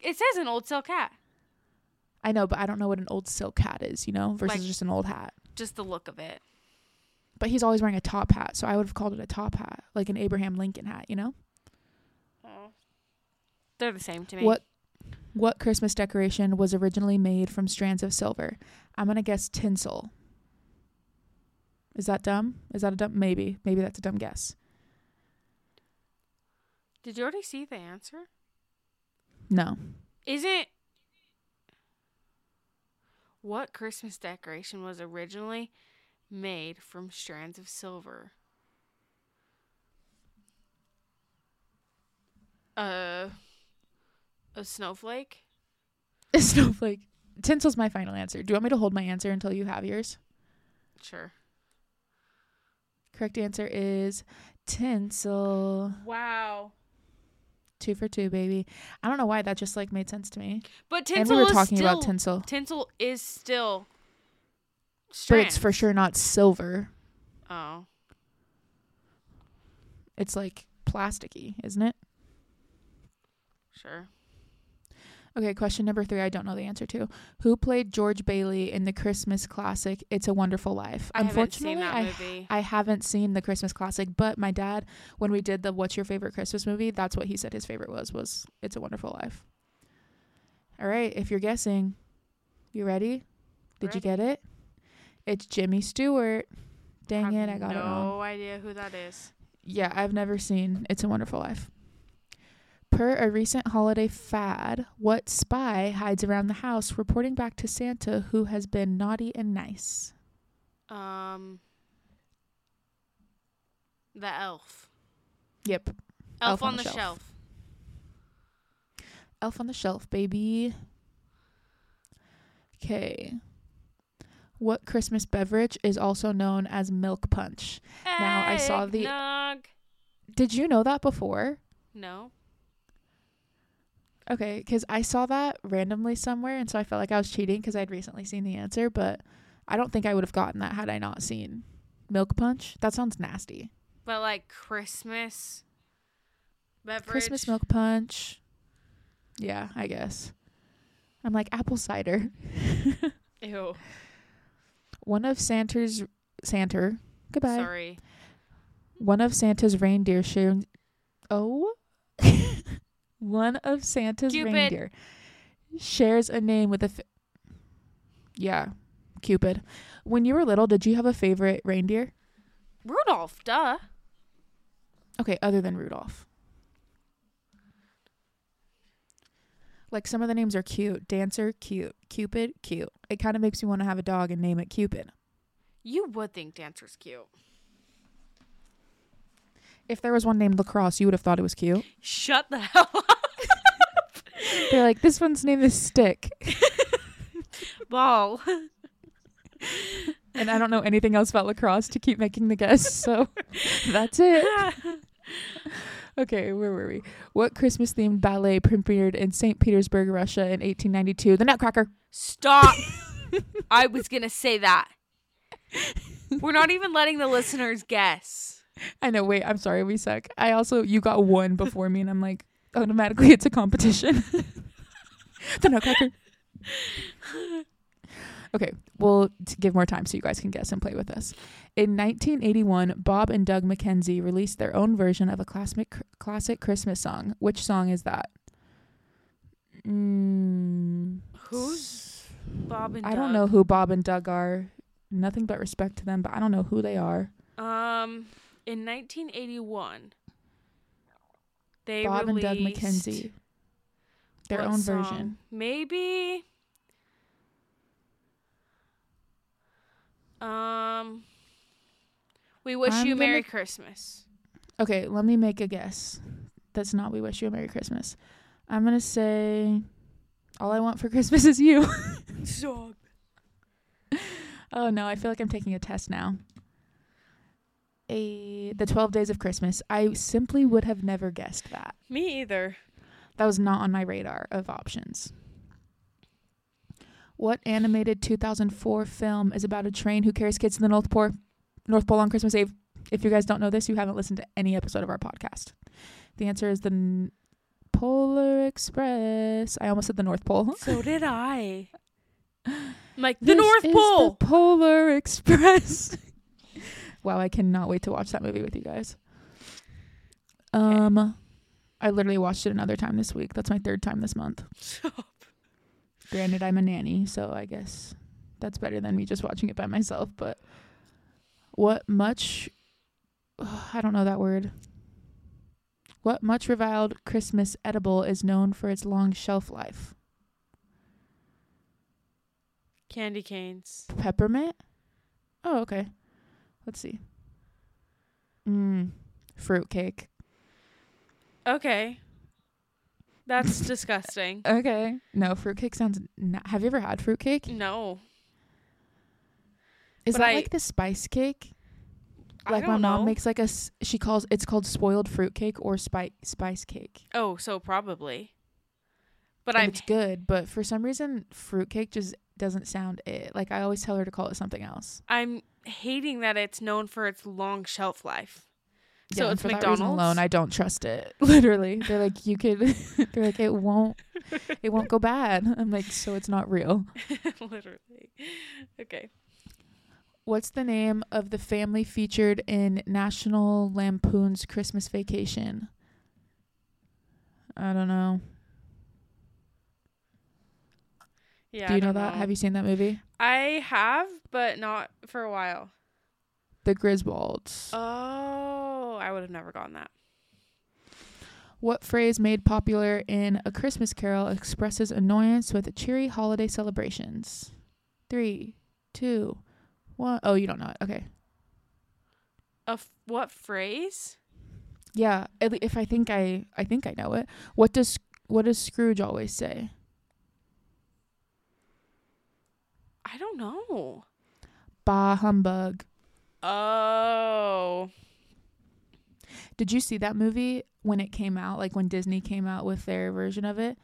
[SPEAKER 2] It says an old silk hat.
[SPEAKER 1] I know, but I don't know what an old silk hat is, you know, versus
[SPEAKER 2] Like-
[SPEAKER 1] just an old hat.
[SPEAKER 2] Just the look of it.
[SPEAKER 1] but he's always wearing a top hat, so I would have called it a top hat, like an Abraham Lincoln hat, you know?
[SPEAKER 2] Oh. They're the same to me.
[SPEAKER 1] What what Christmas decoration was originally made from strands of silver? I'm gonna guess tinsel. Is that dumb? Is that a dumb maybe. Maybe that's a dumb guess.
[SPEAKER 2] Did you already see the answer?
[SPEAKER 1] No.
[SPEAKER 2] Is it what Christmas decoration was originally made from strands of silver? Uh, a snowflake?
[SPEAKER 1] Snowflake. Tinsel's my final answer. Do you want me to hold my answer until you have yours?
[SPEAKER 2] Sure.
[SPEAKER 1] Correct answer is tinsel.
[SPEAKER 2] Wow.
[SPEAKER 1] Two for two, baby. I don't know why that just like made sense to me.
[SPEAKER 2] But
[SPEAKER 1] and
[SPEAKER 2] tinsel
[SPEAKER 1] we were
[SPEAKER 2] is
[SPEAKER 1] talking
[SPEAKER 2] still,
[SPEAKER 1] about tinsel,
[SPEAKER 2] Tinsel is still.
[SPEAKER 1] but
[SPEAKER 2] Strands.
[SPEAKER 1] it's for sure not silver.
[SPEAKER 2] Oh,
[SPEAKER 1] It's like plasticky, isn't it?
[SPEAKER 2] sure.
[SPEAKER 1] Okay, question number three. I don't know the answer to. Who played George Bailey in the Christmas classic "It's a Wonderful Life"?
[SPEAKER 2] I haven't seen that
[SPEAKER 1] I
[SPEAKER 2] movie.
[SPEAKER 1] I haven't seen the Christmas classic, but my dad, when we did the "What's Your Favorite Christmas Movie," that's what he said his favorite was was "It's a Wonderful Life." All right, if you're guessing, you ready? Did you
[SPEAKER 2] Ready.
[SPEAKER 1] get it? It's Jimmy Stewart. Dang
[SPEAKER 2] Have
[SPEAKER 1] it, I got
[SPEAKER 2] no
[SPEAKER 1] it wrong.
[SPEAKER 2] idea who that is.
[SPEAKER 1] Yeah, I've never seen It's a Wonderful Life. Per a recent holiday fad, what spy hides around the house reporting back to Santa who has been naughty and nice?
[SPEAKER 2] Um, the elf.
[SPEAKER 1] Yep.
[SPEAKER 2] Elf, on, the shelf.
[SPEAKER 1] Elf on the Shelf, baby. Okay. What Christmas beverage is also known as milk punch? Now, I saw the-
[SPEAKER 2] Eggnog.
[SPEAKER 1] Did you know that before?
[SPEAKER 2] No.
[SPEAKER 1] Okay, because I saw that randomly somewhere, and so I felt like I was cheating because I'd recently seen the answer, but I don't think I would have gotten that had I not seen milk punch. That sounds nasty.
[SPEAKER 2] But like Christmas beverage.
[SPEAKER 1] Christmas milk punch. Yeah, I guess. I'm like apple cider.
[SPEAKER 2] Ew.
[SPEAKER 1] One of Santa's Santa. Goodbye.
[SPEAKER 2] Sorry.
[SPEAKER 1] One of Santa's reindeer shoots. Oh. One of Santa's
[SPEAKER 2] Cupid.
[SPEAKER 1] reindeer shares a name with a. Fa- yeah, Cupid. When you were little, did you have a favorite reindeer?
[SPEAKER 2] Rudolph, duh.
[SPEAKER 1] Okay, other than Rudolph. Like some of the names are cute. Dancer, cute. Cupid, cute. It kind of makes me want to have a dog and name it Cupid.
[SPEAKER 2] You would think Dancer's cute.
[SPEAKER 1] If there was one named Lacrosse, you would have thought it was cute.
[SPEAKER 2] Shut the hell up.
[SPEAKER 1] They're like, this one's name is Stick.
[SPEAKER 2] Ball.
[SPEAKER 1] and I don't know anything else about lacrosse to keep making the guess. So that's it. Okay, where were we? What Christmas themed ballet premiered in St. Petersburg, Russia in 1892? The Nutcracker.
[SPEAKER 2] Stop. I was going to say that. We're not even letting the listeners guess.
[SPEAKER 1] I know, wait, I'm sorry, we suck. I also, you got one before me, and I'm like, automatically it's a competition. the Nutcracker. Okay, we'll t- give more time so you guys can guess and play with us. In 1981, Bob and Doug McKenzie released their own version of a classic classic Christmas song. Which song is that? Mm,
[SPEAKER 2] Who's Bob and
[SPEAKER 1] I don't know
[SPEAKER 2] Doug?
[SPEAKER 1] who Bob and Doug are. Nothing but respect to them, but I don't know who they are.
[SPEAKER 2] Um, in 1981, they
[SPEAKER 1] Bob and Doug
[SPEAKER 2] released
[SPEAKER 1] McKenzie. Their
[SPEAKER 2] what
[SPEAKER 1] own
[SPEAKER 2] song?
[SPEAKER 1] version.
[SPEAKER 2] Maybe. Um, we wish
[SPEAKER 1] I'm
[SPEAKER 2] you Merry
[SPEAKER 1] gonna-
[SPEAKER 2] Christmas.
[SPEAKER 1] Okay, let me make a guess. That's not We Wish You a Merry Christmas. I'm going to say All I Want for Christmas is You.
[SPEAKER 2] Stop.
[SPEAKER 1] Oh no, I feel like I'm taking a test now. A the 12 days of Christmas. I simply would have never guessed that.
[SPEAKER 2] Me either.
[SPEAKER 1] That was not on my radar of options. What animated 2004 film is about a train who carries kids to the North Pole, North Pole on Christmas Eve? If you guys don't know this, you haven't listened to any episode of our podcast. The answer is the N- Polar Express. I almost said the North Pole.
[SPEAKER 2] So did I. Like the
[SPEAKER 1] This
[SPEAKER 2] North
[SPEAKER 1] is
[SPEAKER 2] Pole.
[SPEAKER 1] the Polar Express. wow, I cannot wait to watch that movie with you guys. Um, I literally watched it another time this week. That's my third time this month. Granted, I'm a nanny, so I guess that's better than me just watching it by myself. But what much, I don't know that word. What much reviled Christmas edible is known for its long shelf life?
[SPEAKER 2] Candy canes.
[SPEAKER 1] Peppermint? Oh, okay. Let's see. Mm, fruitcake.
[SPEAKER 2] Okay. That's disgusting.
[SPEAKER 1] Okay. No, fruitcake sounds. Na- Have you ever had fruitcake?
[SPEAKER 2] No.
[SPEAKER 1] Is
[SPEAKER 2] But
[SPEAKER 1] that
[SPEAKER 2] I-
[SPEAKER 1] like the spice cake? Like
[SPEAKER 2] I
[SPEAKER 1] my
[SPEAKER 2] don't
[SPEAKER 1] mom
[SPEAKER 2] know.
[SPEAKER 1] makes like a s- she calls it's called spoiled fruit cake or spike spice cake.
[SPEAKER 2] Oh, so probably. But
[SPEAKER 1] And
[SPEAKER 2] I'm
[SPEAKER 1] it's good, but for some reason fruit cake just doesn't sound it. Like I always tell her to call it something else.
[SPEAKER 2] I'm hating that it's known for its long shelf life. So
[SPEAKER 1] and
[SPEAKER 2] it's
[SPEAKER 1] for that reason
[SPEAKER 2] McDonald's?
[SPEAKER 1] alone. I don't trust it. Literally, they're like you could. they're like it won't. It won't go bad. I'm like so it's not real.
[SPEAKER 2] Literally. Okay.
[SPEAKER 1] What's the name of the family featured in National Lampoon's Christmas Vacation? I don't know.
[SPEAKER 2] Yeah.
[SPEAKER 1] Do
[SPEAKER 2] I
[SPEAKER 1] you know
[SPEAKER 2] don't
[SPEAKER 1] that? Have you seen that movie?
[SPEAKER 2] I have, but not for a while.
[SPEAKER 1] The Griswolds.
[SPEAKER 2] Oh, I would have never gotten that.
[SPEAKER 1] What phrase made popular in A Christmas Carol expresses annoyance with cheery holiday celebrations? Three, two, one. Oh, you don't know it. Okay.
[SPEAKER 2] A f- what phrase?
[SPEAKER 1] Yeah. At le- if I think I, I think I know it. What does what does Scrooge always say?
[SPEAKER 2] I don't know.
[SPEAKER 1] Bah humbug.
[SPEAKER 2] Oh.
[SPEAKER 1] Did you see that movie when it came out? Like when Disney came out with their version of it?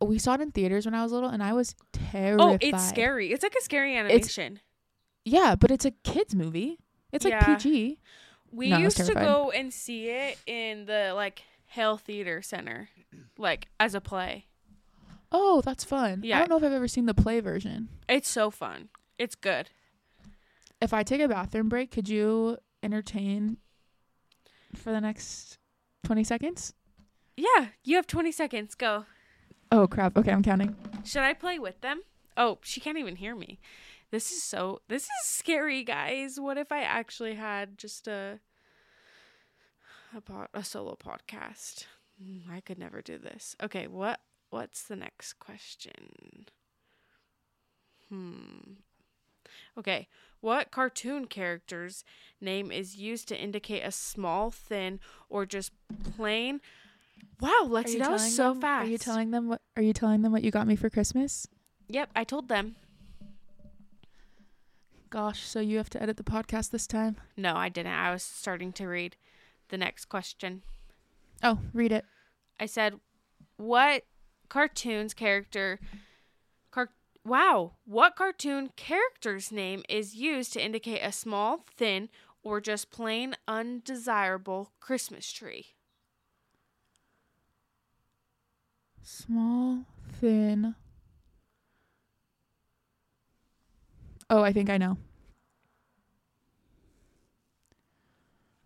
[SPEAKER 1] We saw it in theaters when I was little, and I was terrified.
[SPEAKER 2] Oh, it's scary. It's like a scary animation.
[SPEAKER 1] Yeah, but it's a kids movie. It's like
[SPEAKER 2] Yeah.
[SPEAKER 1] PG.
[SPEAKER 2] we
[SPEAKER 1] No, I was
[SPEAKER 2] used to
[SPEAKER 1] terrified.
[SPEAKER 2] go and see it in the like Hale Theater Center, like as a play.
[SPEAKER 1] Oh, that's fun. I
[SPEAKER 2] Yeah.
[SPEAKER 1] don't know if I've ever seen the play version.
[SPEAKER 2] It's so fun. It's good.
[SPEAKER 1] If I take a bathroom break, could you entertain for the next 20 seconds?
[SPEAKER 2] Yeah, you have 20 seconds. Go.
[SPEAKER 1] Oh, crap. Okay, I'm counting.
[SPEAKER 2] Should I play with them? Oh, she can't even hear me. This is so this is scary, guys. What if I actually had just a a, pod, a solo podcast? Mm, I could never do this. Okay, what what's the next question? Hmm. Okay. What cartoon character's name is used to indicate a small, thin, or just plain? Wow,
[SPEAKER 1] Are
[SPEAKER 2] Lexi,
[SPEAKER 1] you
[SPEAKER 2] that was
[SPEAKER 1] telling
[SPEAKER 2] so
[SPEAKER 1] them-
[SPEAKER 2] fast.
[SPEAKER 1] Are you telling them what are you telling them what you got me for Christmas?
[SPEAKER 2] Yep, I told them.
[SPEAKER 1] Gosh, so you have to edit the podcast this time.
[SPEAKER 2] No, I didn't. I was starting to read the next question.
[SPEAKER 1] Oh, read it.
[SPEAKER 2] I said, "What cartoon's character car- Wow, what cartoon character's name is used to indicate a small, thin, or just plain undesirable Christmas tree?"
[SPEAKER 1] Small, thin. Oh, I think I know.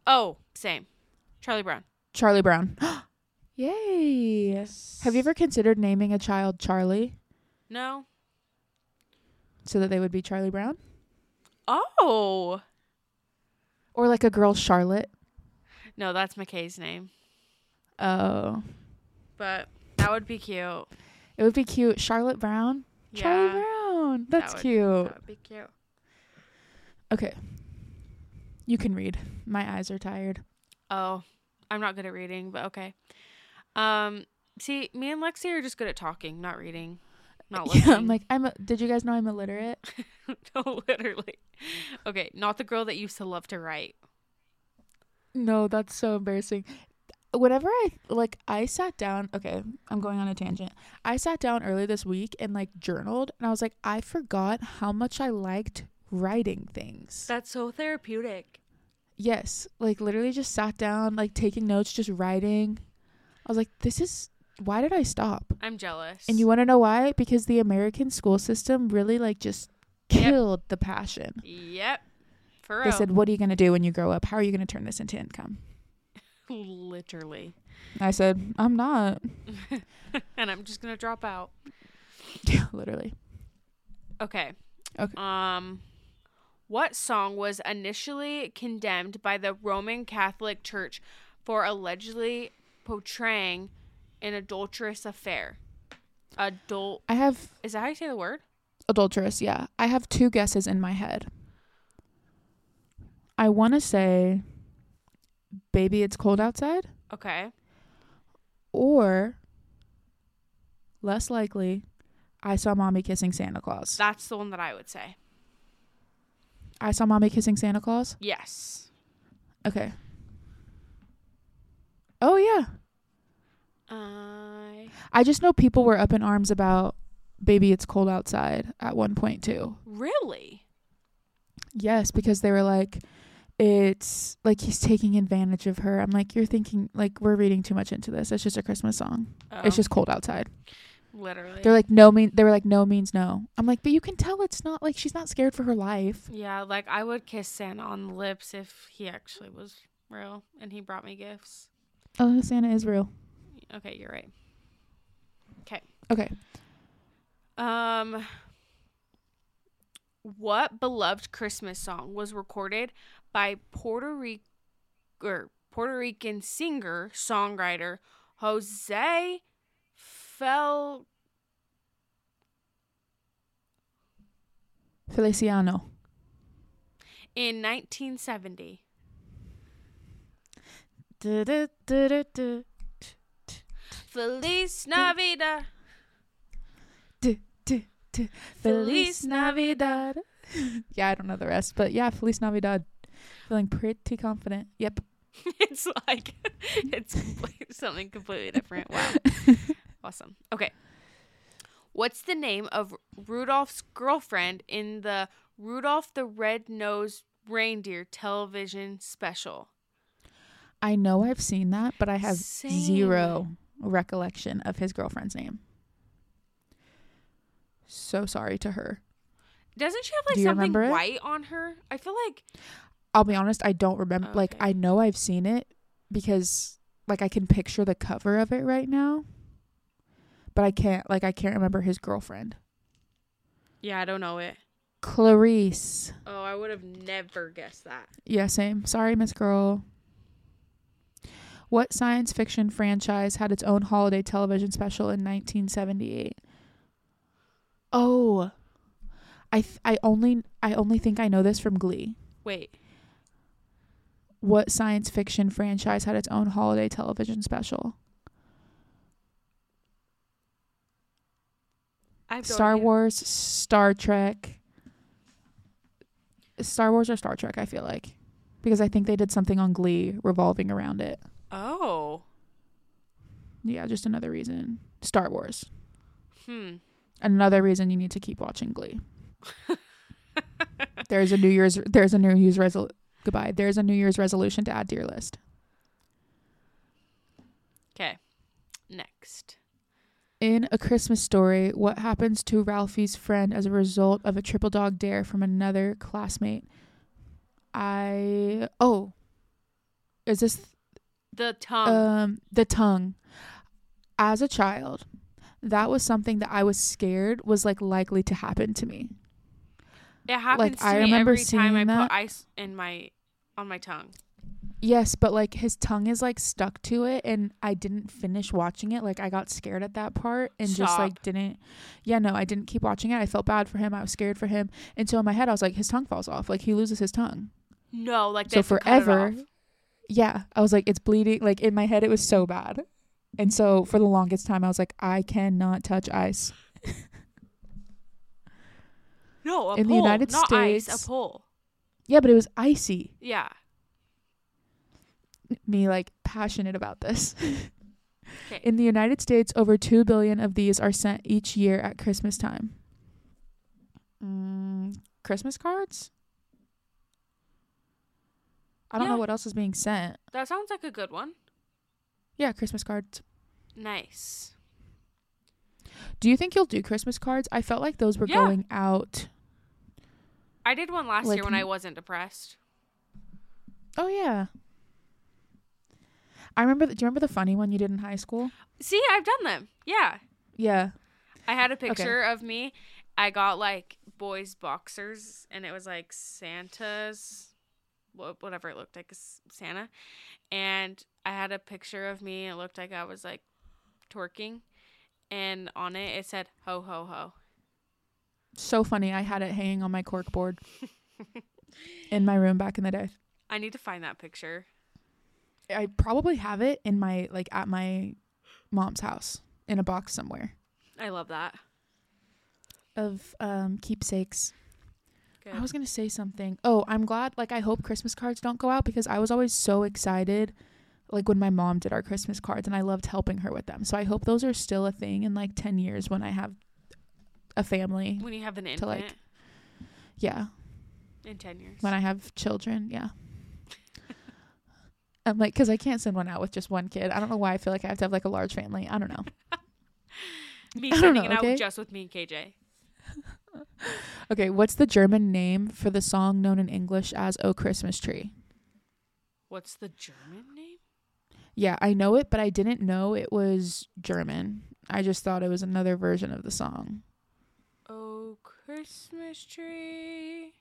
[SPEAKER 2] Oh, same. Charlie Brown.
[SPEAKER 1] Charlie Brown. Yay. Have you ever considered naming a child Charlie
[SPEAKER 2] No.
[SPEAKER 1] so that they would be Charlie Brown?
[SPEAKER 2] Oh.
[SPEAKER 1] Or like a girl Charlotte?
[SPEAKER 2] No, that's McKay's name.
[SPEAKER 1] Oh.
[SPEAKER 2] But that would be cute.
[SPEAKER 1] It would be cute. Charlotte Brown? Charlie
[SPEAKER 2] Yeah.
[SPEAKER 1] Brown. That's
[SPEAKER 2] would-
[SPEAKER 1] cute.
[SPEAKER 2] That would be cute.
[SPEAKER 1] Okay. You can read. My eyes are tired.
[SPEAKER 2] Oh, I'm not good at reading, but okay. Um, see, me and Lexi are just good at talking, not reading, not listening.
[SPEAKER 1] Yeah, I'm like, I'm a, did you guys know I'm illiterate?
[SPEAKER 2] no, literally. Okay, not the girl that used to love to write.
[SPEAKER 1] No, that's so embarrassing. Whenever I like I sat down, okay, I'm going on a tangent. I sat down earlier this week and like journaled and I was like I forgot how much I liked writing things.
[SPEAKER 2] That's so therapeutic.
[SPEAKER 1] Yes, like literally just sat down like taking notes, just writing. I was like this is why did I stop?
[SPEAKER 2] I'm jealous.
[SPEAKER 1] And you want to know why? Because the American school system really like just
[SPEAKER 2] Yep.
[SPEAKER 1] killed the passion.
[SPEAKER 2] Yep. For real.
[SPEAKER 1] They said, "What are you going to do when you grow up? How are you going to turn this into income?"
[SPEAKER 2] literally.
[SPEAKER 1] I said, "I'm not."
[SPEAKER 2] and I'm just gonna drop out.
[SPEAKER 1] literally.
[SPEAKER 2] Okay.
[SPEAKER 1] Okay.
[SPEAKER 2] Um, what song was initially condemned by the Roman Catholic Church for allegedly portraying an adulterous affair? Adult
[SPEAKER 1] I have
[SPEAKER 2] is that how you say the word?
[SPEAKER 1] Adulterous, yeah. I have two guesses in my head. I want to say Baby It's Cold Outside
[SPEAKER 2] Okay.
[SPEAKER 1] or less likely I saw Mommy Kissing Santa Claus.
[SPEAKER 2] That's the one that I would say.
[SPEAKER 1] I saw Mommy Kissing Santa Claus.
[SPEAKER 2] Yes.
[SPEAKER 1] Okay. Oh yeah.
[SPEAKER 2] I
[SPEAKER 1] I just know people were up in arms about baby it's cold outside at one point too.
[SPEAKER 2] really.
[SPEAKER 1] Yes, because they were like it's like he's taking advantage of her. I'm like you're thinking like we're reading too much into this. It's just a Christmas song.
[SPEAKER 2] Oh,
[SPEAKER 1] It's just cold outside.
[SPEAKER 2] literally.
[SPEAKER 1] They're like no mean they were like no means no. I'm like but you can tell it's not like she's not scared for her life.
[SPEAKER 2] yeah, like I would kiss Santa on the lips if he actually was real and he brought me gifts.
[SPEAKER 1] Oh, Santa is real.
[SPEAKER 2] Okay, you're right.
[SPEAKER 1] Okay.
[SPEAKER 2] Um, what beloved Christmas song was recorded by Puerto Rico or Puerto Rican singer songwriter Jose Fel?
[SPEAKER 1] Feliciano.
[SPEAKER 2] in 1970? Feliz Navidad. Feliz Navidad.
[SPEAKER 1] yeah, I don't know the rest, but yeah, Feliz Navidad. Feeling pretty confident. Yep.
[SPEAKER 2] it's like it's complete- something completely different. Wow. awesome. Okay. What's the name of Rudolph's girlfriend in the Rudolph the Red-Nosed Reindeer television special?
[SPEAKER 1] I know I've seen that, but I have
[SPEAKER 2] Same.
[SPEAKER 1] zero recollection of his girlfriend's name. So sorry to her.
[SPEAKER 2] Doesn't she have like
[SPEAKER 1] Do you
[SPEAKER 2] something
[SPEAKER 1] remember it?
[SPEAKER 2] white on her? I feel like
[SPEAKER 1] I'll be honest, I don't remember. Like,
[SPEAKER 2] Okay.
[SPEAKER 1] I know I've seen it because, like, I can picture the cover of it right now, but I can't, like, I can't remember his girlfriend.
[SPEAKER 2] yeah, I don't know it.
[SPEAKER 1] Clarice.
[SPEAKER 2] Oh, I would have never guessed that.
[SPEAKER 1] Yeah, same. Sorry, Miss Girl. What science fiction franchise had its own holiday television special in 1978? Oh, I th- I only I only think I know this from Glee.
[SPEAKER 2] Wait.
[SPEAKER 1] What science fiction franchise had its own holiday television special?
[SPEAKER 2] I have no
[SPEAKER 1] Star
[SPEAKER 2] idea.
[SPEAKER 1] Wars, Star Trek. Star Wars or Star Trek, I feel like. Because I think they did something on Glee revolving around it.
[SPEAKER 2] Oh.
[SPEAKER 1] Yeah, just another reason. Star Wars.
[SPEAKER 2] Hmm.
[SPEAKER 1] another reason you need to keep watching Glee. there's a New Year's there's a New Year's resol goodbye. There's a New Year's resolution to add to your list.
[SPEAKER 2] Okay. Next.
[SPEAKER 1] In a Christmas story, what happens to Ralphie's friend as a result of a triple dog dare from another classmate? I oh, is this
[SPEAKER 2] The tongue.
[SPEAKER 1] um the tongue? As a child, that was something that I was scared was like likely to happen to me.
[SPEAKER 2] It happens to
[SPEAKER 1] I
[SPEAKER 2] me
[SPEAKER 1] remember
[SPEAKER 2] every time I
[SPEAKER 1] seeing
[SPEAKER 2] put
[SPEAKER 1] that.
[SPEAKER 2] ice in my on my tongue.
[SPEAKER 1] Yes, but like his tongue is like stuck to it and I didn't finish watching it. Like I got scared at that part and just like
[SPEAKER 2] Stop.
[SPEAKER 1] didn't Yeah, no, I didn't keep watching it. I felt bad for him. I was scared for him. And so in my head I was like his tongue falls off. Like he loses his tongue.
[SPEAKER 2] No, like they
[SPEAKER 1] so
[SPEAKER 2] have to cut it
[SPEAKER 1] forever
[SPEAKER 2] off.
[SPEAKER 1] Yeah, I was like it's bleeding. Like in my head it was so bad. And so for the longest time I was like I cannot touch ice.
[SPEAKER 2] No, a
[SPEAKER 1] in the
[SPEAKER 2] pole,
[SPEAKER 1] United
[SPEAKER 2] not ice,
[SPEAKER 1] States-
[SPEAKER 2] a pole.
[SPEAKER 1] Yeah, but it was icy.
[SPEAKER 2] Yeah.
[SPEAKER 1] Me like passionate about this.
[SPEAKER 2] Okay.
[SPEAKER 1] In the United States, over 2 billion of these are sent each year at Christmas time. Mm, Christmas cards? I don't
[SPEAKER 2] Yeah.
[SPEAKER 1] know what else is being sent.
[SPEAKER 2] that sounds like a good one.
[SPEAKER 1] Yeah, Christmas cards.
[SPEAKER 2] Nice.
[SPEAKER 1] Do you think you'll do Christmas cards? I felt like those were
[SPEAKER 2] Yeah.
[SPEAKER 1] going out.
[SPEAKER 2] I did one last year
[SPEAKER 1] Like
[SPEAKER 2] when I
[SPEAKER 1] m-
[SPEAKER 2] wasn't depressed.
[SPEAKER 1] Oh, yeah. I remember. The, do you remember the funny one you did in high school?
[SPEAKER 2] See, I've done them. Yeah.
[SPEAKER 1] Yeah.
[SPEAKER 2] I had a picture of me. I got like boys boxers and it was like Santa's wha- whatever it looked like s- Santa and I had a picture of me and it looked like I was like twerking and on it it said ho ho ho.
[SPEAKER 1] So funny. I had it hanging on my cork board in my room back in the day.
[SPEAKER 2] I need to find that picture.
[SPEAKER 1] I probably have it in my like at my mom's house in a box somewhere
[SPEAKER 2] I love that.
[SPEAKER 1] of um keepsakes
[SPEAKER 2] Good.
[SPEAKER 1] I was gonna say something. Oh, I'm glad. Like, I hope Christmas cards don't go out because I was always so excited, like when my mom did our Christmas cards, and I loved helping her with them. So I hope those are still a thing in like ten years when I have a family.
[SPEAKER 2] when you have an
[SPEAKER 1] to,
[SPEAKER 2] infant
[SPEAKER 1] like, Yeah,
[SPEAKER 2] in 10 years.
[SPEAKER 1] when I have children. Yeah. I'm like, because I can't send one out with just one kid. I don't know why I feel like I have to have like a large family. I don't know.
[SPEAKER 2] me
[SPEAKER 1] I don't
[SPEAKER 2] sending
[SPEAKER 1] know,
[SPEAKER 2] it
[SPEAKER 1] okay?
[SPEAKER 2] out just with me and KJ.
[SPEAKER 1] Okay, what's the German name for the song known in English as "O Christmas Tree"?
[SPEAKER 2] What's the German name?
[SPEAKER 1] Yeah, I know it, but I didn't know it was German. I just thought it was another version of the song.
[SPEAKER 2] Oh, Christmas tree.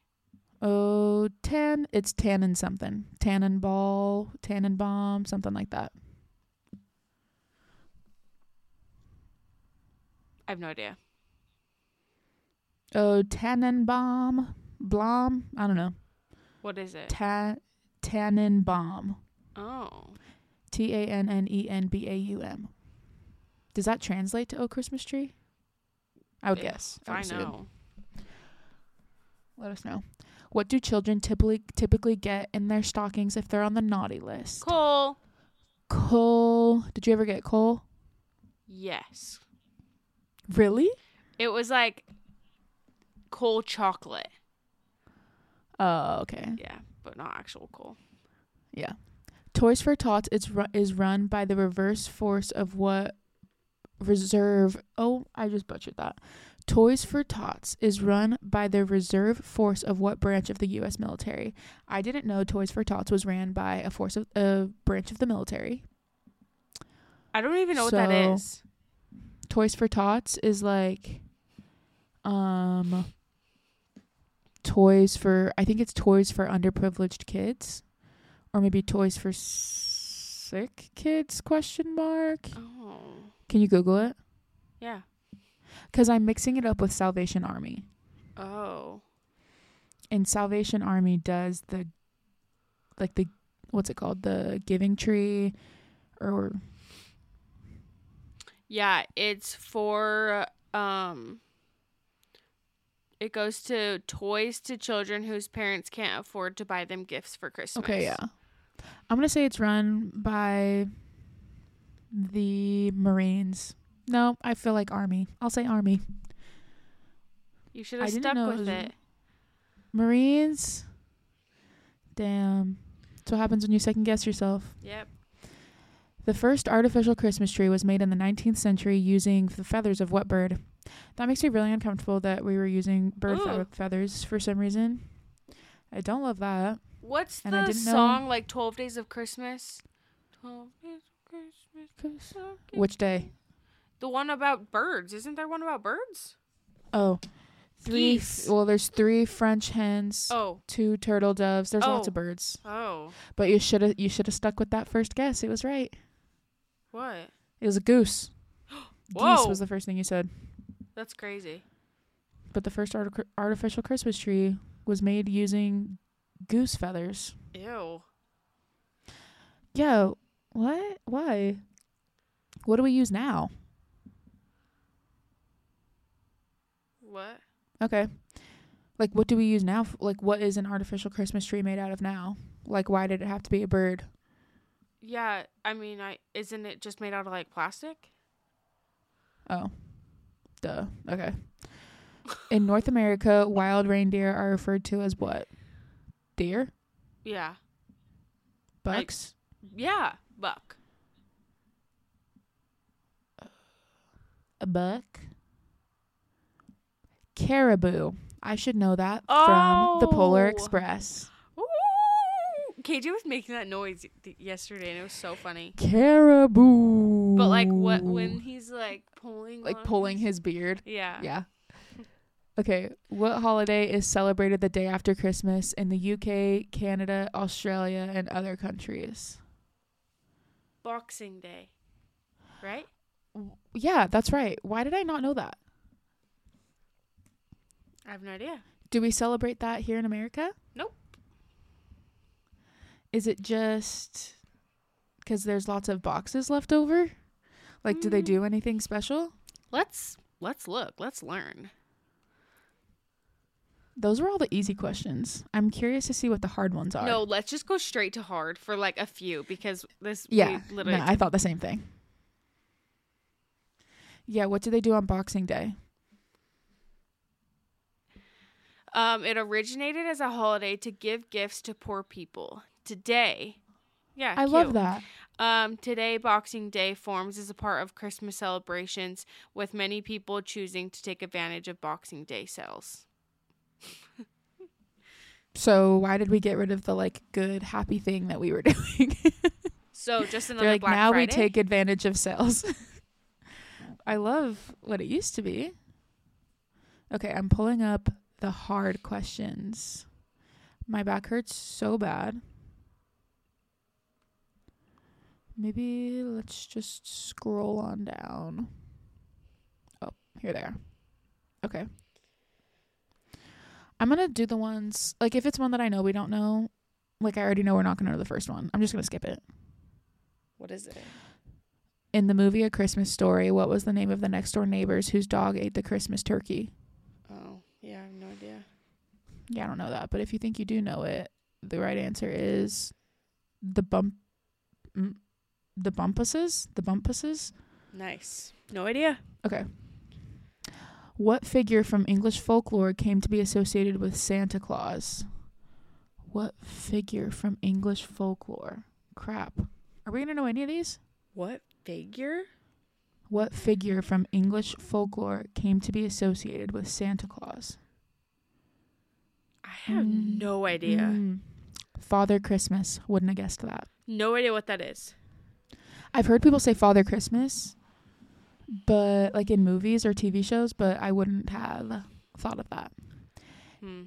[SPEAKER 1] Oh, tan. It's Tannen something. Tannenball, Tannenbaum, something like that.
[SPEAKER 2] I have no idea.
[SPEAKER 1] Oh, Tannenbaum, Blom. I don't know.
[SPEAKER 2] What is it?
[SPEAKER 1] Ta- Tannenbaum.
[SPEAKER 2] Oh.
[SPEAKER 1] T A N N E N B A U M. Does that translate to Oh Christmas Tree? I would
[SPEAKER 2] Yeah,
[SPEAKER 1] guess. would
[SPEAKER 2] I
[SPEAKER 1] assume.
[SPEAKER 2] know.
[SPEAKER 1] Let us know. What do children typically typically get in their stockings if they're on the naughty list?
[SPEAKER 2] Cool.
[SPEAKER 1] Coal. Did you ever get coal?
[SPEAKER 2] Yes.
[SPEAKER 1] Really?
[SPEAKER 2] It was like coal chocolate.
[SPEAKER 1] Oh, okay.
[SPEAKER 2] Yeah, but not actual coal.
[SPEAKER 1] Toys for Tots is ru- is run by the reverse force of what reserve. Oh, I just butchered that. Toys for Tots is run by the reserve force of what branch of the U.S. military? I didn't know Toys for Tots was ran by a force of a branch of the military.
[SPEAKER 2] I don't even know what that
[SPEAKER 1] So-
[SPEAKER 2] is.
[SPEAKER 1] Toys for Tots is like um toys for I think it's toys for underprivileged kids or maybe toys for sick kids question mark.
[SPEAKER 2] Oh.
[SPEAKER 1] Can you google it?
[SPEAKER 2] Yeah.
[SPEAKER 1] Cuz I'm mixing it up with Salvation Army.
[SPEAKER 2] Oh.
[SPEAKER 1] And Salvation Army does the like the what's it called? The giving tree or
[SPEAKER 2] Yeah, it's for um it goes to toys to children whose parents can't afford to buy them gifts for Christmas.
[SPEAKER 1] Okay, yeah. I'm gonna say it's run by the Marines. No, I feel like Army. I'll say Army.
[SPEAKER 2] You should
[SPEAKER 1] I
[SPEAKER 2] have
[SPEAKER 1] didn't
[SPEAKER 2] stuck
[SPEAKER 1] know it
[SPEAKER 2] with
[SPEAKER 1] was-
[SPEAKER 2] it.
[SPEAKER 1] Marines. Damn. That's what happens when you second guess yourself.
[SPEAKER 2] Yep.
[SPEAKER 1] The first artificial Christmas tree was made in the 19th century using the feathers of what bird? That makes me really uncomfortable that we were using bird fe-
[SPEAKER 2] Ooh.
[SPEAKER 1] feathers for some reason. I don't love that.
[SPEAKER 2] What's
[SPEAKER 1] And I
[SPEAKER 2] the
[SPEAKER 1] didn't know-
[SPEAKER 2] song like 12 Days of Christmas? 12 Days of Christmas.
[SPEAKER 1] 'Cause-
[SPEAKER 2] so cute.
[SPEAKER 1] Which day?
[SPEAKER 2] The one about birds. Isn't there one about birds?
[SPEAKER 1] Oh, three. f-
[SPEAKER 2] Geese.
[SPEAKER 1] well, there's three French hens.
[SPEAKER 2] Oh.
[SPEAKER 1] two turtle doves. There's lots
[SPEAKER 2] Oh.
[SPEAKER 1] of birds.
[SPEAKER 2] Oh.
[SPEAKER 1] But you should have you should have stuck with that first guess. It was right.
[SPEAKER 2] What?
[SPEAKER 1] It was a goose.
[SPEAKER 2] Whoa.
[SPEAKER 1] Geese was the first thing you said.
[SPEAKER 2] That's crazy.
[SPEAKER 1] But the first artic- artificial Christmas tree was made using goose feathers.
[SPEAKER 2] Ew.
[SPEAKER 1] Yo, what? Why? What do we use now?
[SPEAKER 2] What?
[SPEAKER 1] Okay. Like what do we use now? f- Like what is an artificial Christmas tree made out of now? Like why did it have to be a bird?
[SPEAKER 2] Yeah, I mean, I isn't it just made out of like plastic?
[SPEAKER 1] Oh. Duh. Okay. In North America, wild reindeer are referred to as what? Deer?
[SPEAKER 2] Yeah. Like-
[SPEAKER 1] Bucks?
[SPEAKER 2] Yeah, buck.
[SPEAKER 1] A buck? Caribou. I should know that from the Polar
[SPEAKER 2] Oh.
[SPEAKER 1] Express.
[SPEAKER 2] Ooh! KJ was making that noise th- yesterday, and it was so funny.
[SPEAKER 1] Caribou.
[SPEAKER 2] But like, what when he's like pulling,
[SPEAKER 1] like
[SPEAKER 2] on
[SPEAKER 1] pulling his beard.
[SPEAKER 2] yeah,
[SPEAKER 1] Yeah. Okay, what holiday is celebrated the day after Christmas in the UK, Canada, Australia, and other countries?
[SPEAKER 2] Boxing Day, right?
[SPEAKER 1] Yeah, that's right. Why did I not know that?
[SPEAKER 2] I have no idea.
[SPEAKER 1] Do we celebrate that here in America?
[SPEAKER 2] Nope.
[SPEAKER 1] Is it just because there's lots of boxes left over? Like, do they
[SPEAKER 2] Mm.
[SPEAKER 1] do anything special?
[SPEAKER 2] Let's let's look. Let's learn.
[SPEAKER 1] Those were all the easy questions. I'm curious to see what the hard ones are.
[SPEAKER 2] No, let's just go straight to hard for like a few because this
[SPEAKER 1] Yeah.
[SPEAKER 2] we
[SPEAKER 1] No,
[SPEAKER 2] literally
[SPEAKER 1] I thought the same thing. Yeah, what did they do on Boxing Day?
[SPEAKER 2] Um, it originated as a holiday to give gifts to poor people. Today, yeah,
[SPEAKER 1] I love
[SPEAKER 2] cute.
[SPEAKER 1] that.
[SPEAKER 2] Um, today, Boxing Day forms as a part of Christmas celebrations, with many people choosing to take advantage of Boxing Day sales.
[SPEAKER 1] So why did we get rid of the like good happy thing that we were doing?
[SPEAKER 2] So, just another
[SPEAKER 1] They're like
[SPEAKER 2] Black
[SPEAKER 1] now we
[SPEAKER 2] Friday.
[SPEAKER 1] take advantage of sales. I love what it used to be. Okay, I'm pulling up the hard questions. My back hurts so bad. Maybe let's just scroll on down. Oh, here they are. Okay. I'm going to do the ones, like, if it's one that I know we don't know, like, I already know we're not going to know the first one. I'm just going to skip it
[SPEAKER 2] What is it?
[SPEAKER 1] in the movie A Christmas Story, what was the name of the next door neighbors whose dog ate the Christmas turkey?
[SPEAKER 2] Oh, yeah, I have no idea.
[SPEAKER 1] Yeah, I don't know that, but if you think you do know it, the right answer is the bump, mm, the bumpuses, the bumpuses.
[SPEAKER 2] Nice. No idea.
[SPEAKER 1] Okay. What figure from English folklore came to be associated with Santa Claus? What figure from English folklore? Crap. Are we gonna know any of these?
[SPEAKER 2] What figure?
[SPEAKER 1] What figure from English folklore came to be associated with Santa Claus?
[SPEAKER 2] I have
[SPEAKER 1] Mm.
[SPEAKER 2] no idea.
[SPEAKER 1] Mm. Father Christmas. Wouldn't have guessed that.
[SPEAKER 2] No idea what that is.
[SPEAKER 1] I've heard people say Father Christmas, but like in movies or TV shows, but I wouldn't have thought of that.
[SPEAKER 2] Hmm.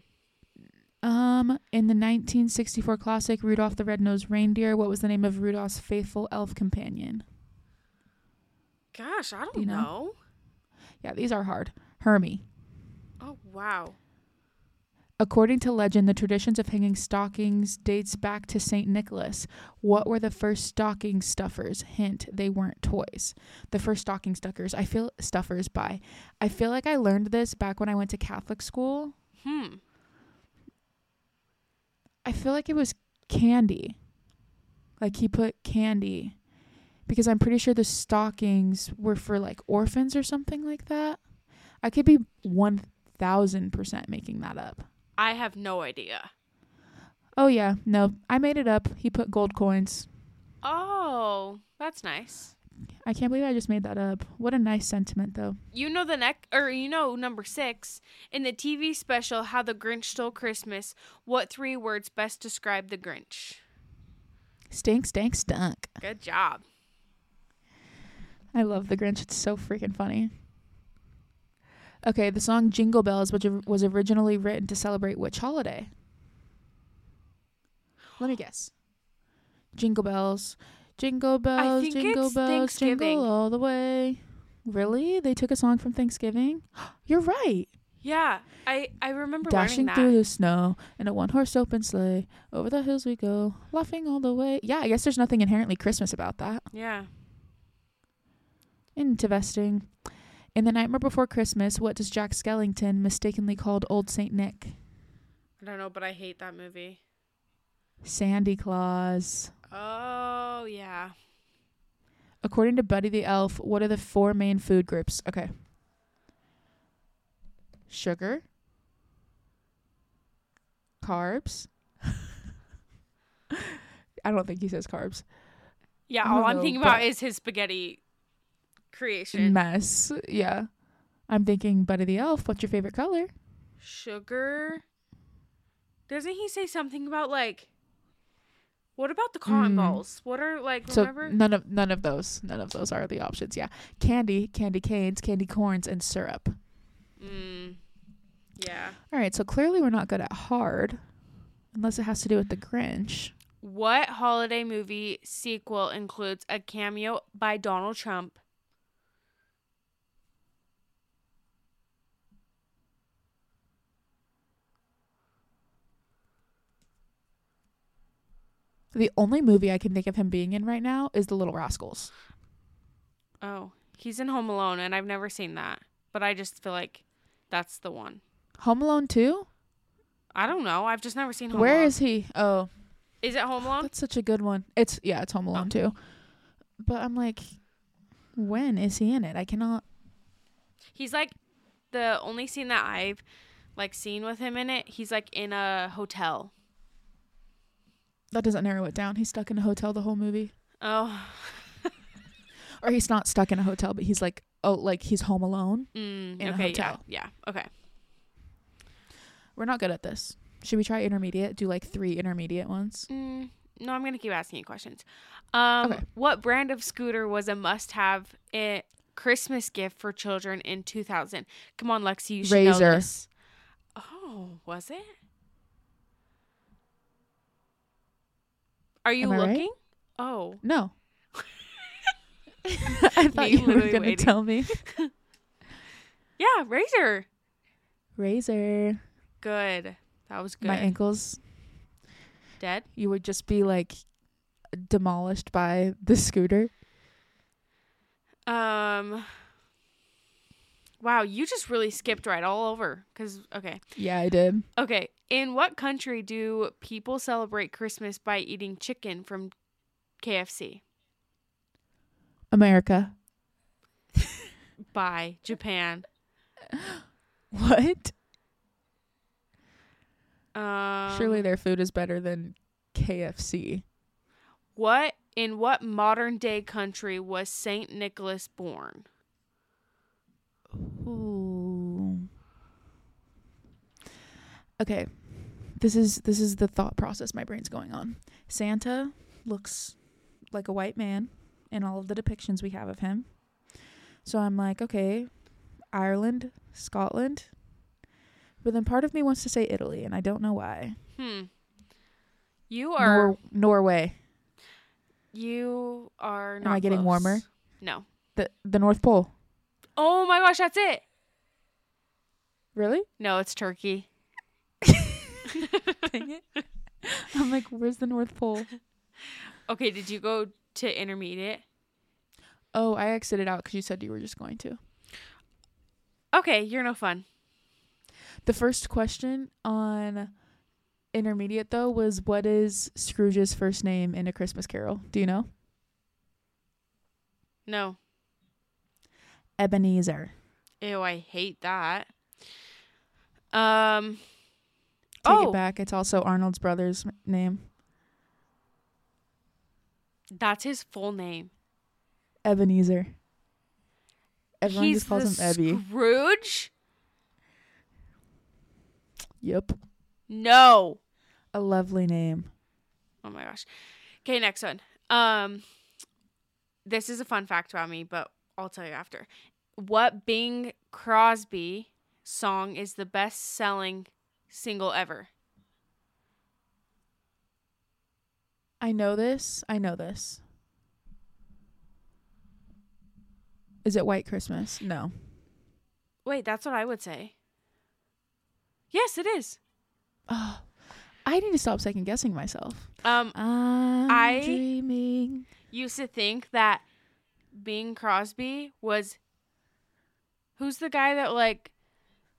[SPEAKER 1] Um, in the 1964 classic Rudolph the Red-Nosed Reindeer, what was the name of Rudolph's faithful elf companion?
[SPEAKER 2] Gosh, I don't
[SPEAKER 1] you know?
[SPEAKER 2] know.
[SPEAKER 1] Yeah, these are hard. Hermie.
[SPEAKER 2] Oh wow.
[SPEAKER 1] According to legend, the traditions of hanging stockings dates back to St. Nicholas. What were the first stocking stuffers? Hint, they weren't toys. The first stocking stuckers, I feel stuffers by. I feel like I learned this back when I went to Catholic school.
[SPEAKER 2] Hmm.
[SPEAKER 1] I feel like it was candy. Like he put candy because I'm pretty sure the stockings were for like orphans or something like that. I could be 1000% making that up.
[SPEAKER 2] I have no idea.
[SPEAKER 1] Oh yeah, no, I made it up. He put gold coins.
[SPEAKER 2] Oh, that's nice.
[SPEAKER 1] I can't believe I just made that up. What a nice sentiment though.
[SPEAKER 2] You know the neck or you know number 6 in the TV special How the Grinch Stole Christmas, what three words best describe the Grinch?
[SPEAKER 1] Stink, stank, stunk.
[SPEAKER 2] Good job.
[SPEAKER 1] I love the Grinch. It's so freaking funny. Okay, the song Jingle Bells which or- was originally written to celebrate which holiday? Let me guess. Jingle Bells. Jingle bells,
[SPEAKER 2] think
[SPEAKER 1] jingle
[SPEAKER 2] it's
[SPEAKER 1] bells,
[SPEAKER 2] Thanksgiving.
[SPEAKER 1] jingle all the way. Really? They took a song from Thanksgiving? You're right.
[SPEAKER 2] Yeah, I I remember
[SPEAKER 1] Dashing
[SPEAKER 2] learning that.
[SPEAKER 1] through the snow in a one horse open sleigh. Over the hills we go, laughing all the way. Yeah, I guess there's nothing inherently Christmas about that.
[SPEAKER 2] yeah.
[SPEAKER 1] Interesting. In The Nightmare Before Christmas, what does Jack Skellington, mistakenly called Old Saint Nick?
[SPEAKER 2] I don't know, but I hate that movie.
[SPEAKER 1] Sandy Claus.
[SPEAKER 2] Oh, yeah.
[SPEAKER 1] According to Buddy the Elf, what are the four main food groups? Okay. Sugar, carbs. I don't think he says carbs. I
[SPEAKER 2] Yeah,
[SPEAKER 1] don't
[SPEAKER 2] all I'm
[SPEAKER 1] know,
[SPEAKER 2] thinking about
[SPEAKER 1] but-
[SPEAKER 2] is his spaghetti creation.
[SPEAKER 1] mess. Yeah. I'm thinking Buddy the Elf, what's your favorite color?
[SPEAKER 2] Sugar. Doesn't he say something about like what about the cotton
[SPEAKER 1] Mm.
[SPEAKER 2] balls? What are like remember?
[SPEAKER 1] So none of none of those none of those are the options. Yeah. Candy, candy canes, candy corns, and syrup.
[SPEAKER 2] Mm. Yeah.
[SPEAKER 1] All right, so clearly we're not good at hard unless it has to do with the Grinch.
[SPEAKER 2] What holiday movie sequel includes a cameo by Donald Trump?
[SPEAKER 1] The only movie I can think of him being in right now is The Little Rascals.
[SPEAKER 2] Oh, he's in Home Alone and I've never seen that. But I just feel like that's the one.
[SPEAKER 1] Home Alone 2?
[SPEAKER 2] I don't know. I've just never seen Home
[SPEAKER 1] Where
[SPEAKER 2] Alone.
[SPEAKER 1] is he? Oh,
[SPEAKER 2] Is it Home Oh. Alone?
[SPEAKER 1] that's such a good one. It's yeah, it's Home Alone too. But I'm like, when is he in it? I cannot.
[SPEAKER 2] He's like the only scene that I've like seen with him in it. He's like in a hotel.
[SPEAKER 1] That doesn't narrow it down. He's stuck in a hotel the whole movie,
[SPEAKER 2] Oh,
[SPEAKER 1] or he's not stuck in a hotel, but he's like, oh, like he's home alone.
[SPEAKER 2] mm,
[SPEAKER 1] In a
[SPEAKER 2] okay,
[SPEAKER 1] hotel.
[SPEAKER 2] yeah, yeah, okay.
[SPEAKER 1] We're not good at this. Should we try intermediate? Do like three intermediate ones.
[SPEAKER 2] Mm, no, I'm gonna keep asking you questions. Um,
[SPEAKER 1] Okay.
[SPEAKER 2] what brand of scooter was a must-have i- Christmas gift for children in 2000? Come on, Lexi, you should know
[SPEAKER 1] Razor.
[SPEAKER 2] this. Oh, was it? Are you
[SPEAKER 1] Am I right?
[SPEAKER 2] looking? Oh,
[SPEAKER 1] No. I thought
[SPEAKER 2] Me
[SPEAKER 1] you were
[SPEAKER 2] literally
[SPEAKER 1] gonna
[SPEAKER 2] waiting.
[SPEAKER 1] tell me.
[SPEAKER 2] yeah, Razor.
[SPEAKER 1] Razor.
[SPEAKER 2] Good. That was good.
[SPEAKER 1] My ankles.
[SPEAKER 2] Dead.
[SPEAKER 1] You would just be like demolished by the scooter.
[SPEAKER 2] Um. Wow, you just really skipped right all over. Cause okay,
[SPEAKER 1] Yeah, I did.
[SPEAKER 2] okay. In what country do people celebrate Christmas by eating chicken from KFC?
[SPEAKER 1] America.
[SPEAKER 2] By Japan.
[SPEAKER 1] What?
[SPEAKER 2] Um,
[SPEAKER 1] Surely their food is better than KFC.
[SPEAKER 2] What in what modern day country was Saint Nicholas born?
[SPEAKER 1] Ooh. Okay. This is this is the thought process my brain's going on. Santa looks like a white man in all of the depictions we have of him. So I'm like, okay, Ireland, Scotland. But then part of me wants to say Italy and I don't know why.
[SPEAKER 2] Hmm. You are
[SPEAKER 1] Nor- Norway,
[SPEAKER 2] you are.
[SPEAKER 1] Am
[SPEAKER 2] Not
[SPEAKER 1] I getting
[SPEAKER 2] close.
[SPEAKER 1] warmer?
[SPEAKER 2] No.
[SPEAKER 1] the the North Pole.
[SPEAKER 2] Oh my gosh, that's it.
[SPEAKER 1] Really?
[SPEAKER 2] No, it's Turkey.
[SPEAKER 1] Dang it. I'm like, where's the North Pole?
[SPEAKER 2] Okay, did you go to intermediate?
[SPEAKER 1] Oh, I exited out because you said you were just going to.
[SPEAKER 2] Okay, you're no fun.
[SPEAKER 1] The first question on intermediate though was what is Scrooge's first name in A Christmas Carol? Do you know?
[SPEAKER 2] No.
[SPEAKER 1] Ebenezer.
[SPEAKER 2] Ew, I hate that. Um
[SPEAKER 1] Take
[SPEAKER 2] Oh,
[SPEAKER 1] it back. It's also Arnold's brother's m- name.
[SPEAKER 2] that's his full name.
[SPEAKER 1] Ebenezer. Everyone
[SPEAKER 2] He's
[SPEAKER 1] just calls him
[SPEAKER 2] the
[SPEAKER 1] Ebby.
[SPEAKER 2] Scrooge?
[SPEAKER 1] Yep.
[SPEAKER 2] No.
[SPEAKER 1] A lovely name.
[SPEAKER 2] Oh my gosh. Okay, next one. Um this is a fun fact about me, but I'll tell you after. What Bing Crosby song is the best-selling single ever?
[SPEAKER 1] I know this. I know this. Is it White Christmas? No.
[SPEAKER 2] Wait, that's what I would say. Yes, it is.
[SPEAKER 1] Oh, I need to stop second guessing myself.
[SPEAKER 2] Um
[SPEAKER 1] I'm
[SPEAKER 2] I-
[SPEAKER 1] dreaming.
[SPEAKER 2] used to think that Bing Crosby was who's the guy that like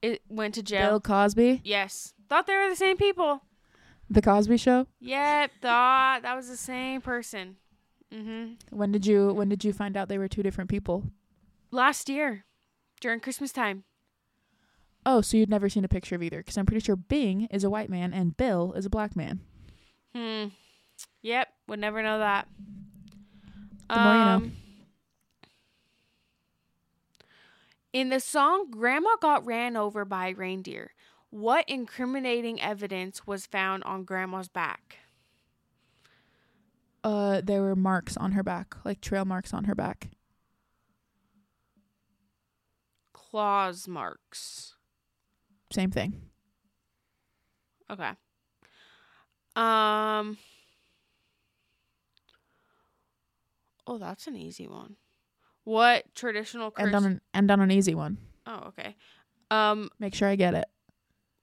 [SPEAKER 2] it went to jail?
[SPEAKER 1] Bill Cosby,
[SPEAKER 2] Yes. Thought they were the same people.
[SPEAKER 1] The Cosby Show.
[SPEAKER 2] Yep, thought that was the same person. Mhm.
[SPEAKER 1] When did you When did you find out they were two different people?
[SPEAKER 2] Last year during Christmas time.
[SPEAKER 1] Oh, so you'd never seen a picture of either, because I'm pretty sure Bing is a white man and Bill is a black man.
[SPEAKER 2] Hmm. Yep, would never know that. Um,
[SPEAKER 1] The more you know.
[SPEAKER 2] In the song Grandma Got Ran Over by Reindeer, what incriminating evidence was found on Grandma's back?
[SPEAKER 1] Uh, there were marks on her back, like trail marks on her back.
[SPEAKER 2] Claws marks.
[SPEAKER 1] Same thing.
[SPEAKER 2] Okay. Um Oh, that's an easy one. What traditional Christ-
[SPEAKER 1] End on an end on an easy one.
[SPEAKER 2] Oh, okay. Um
[SPEAKER 1] Make sure I get it.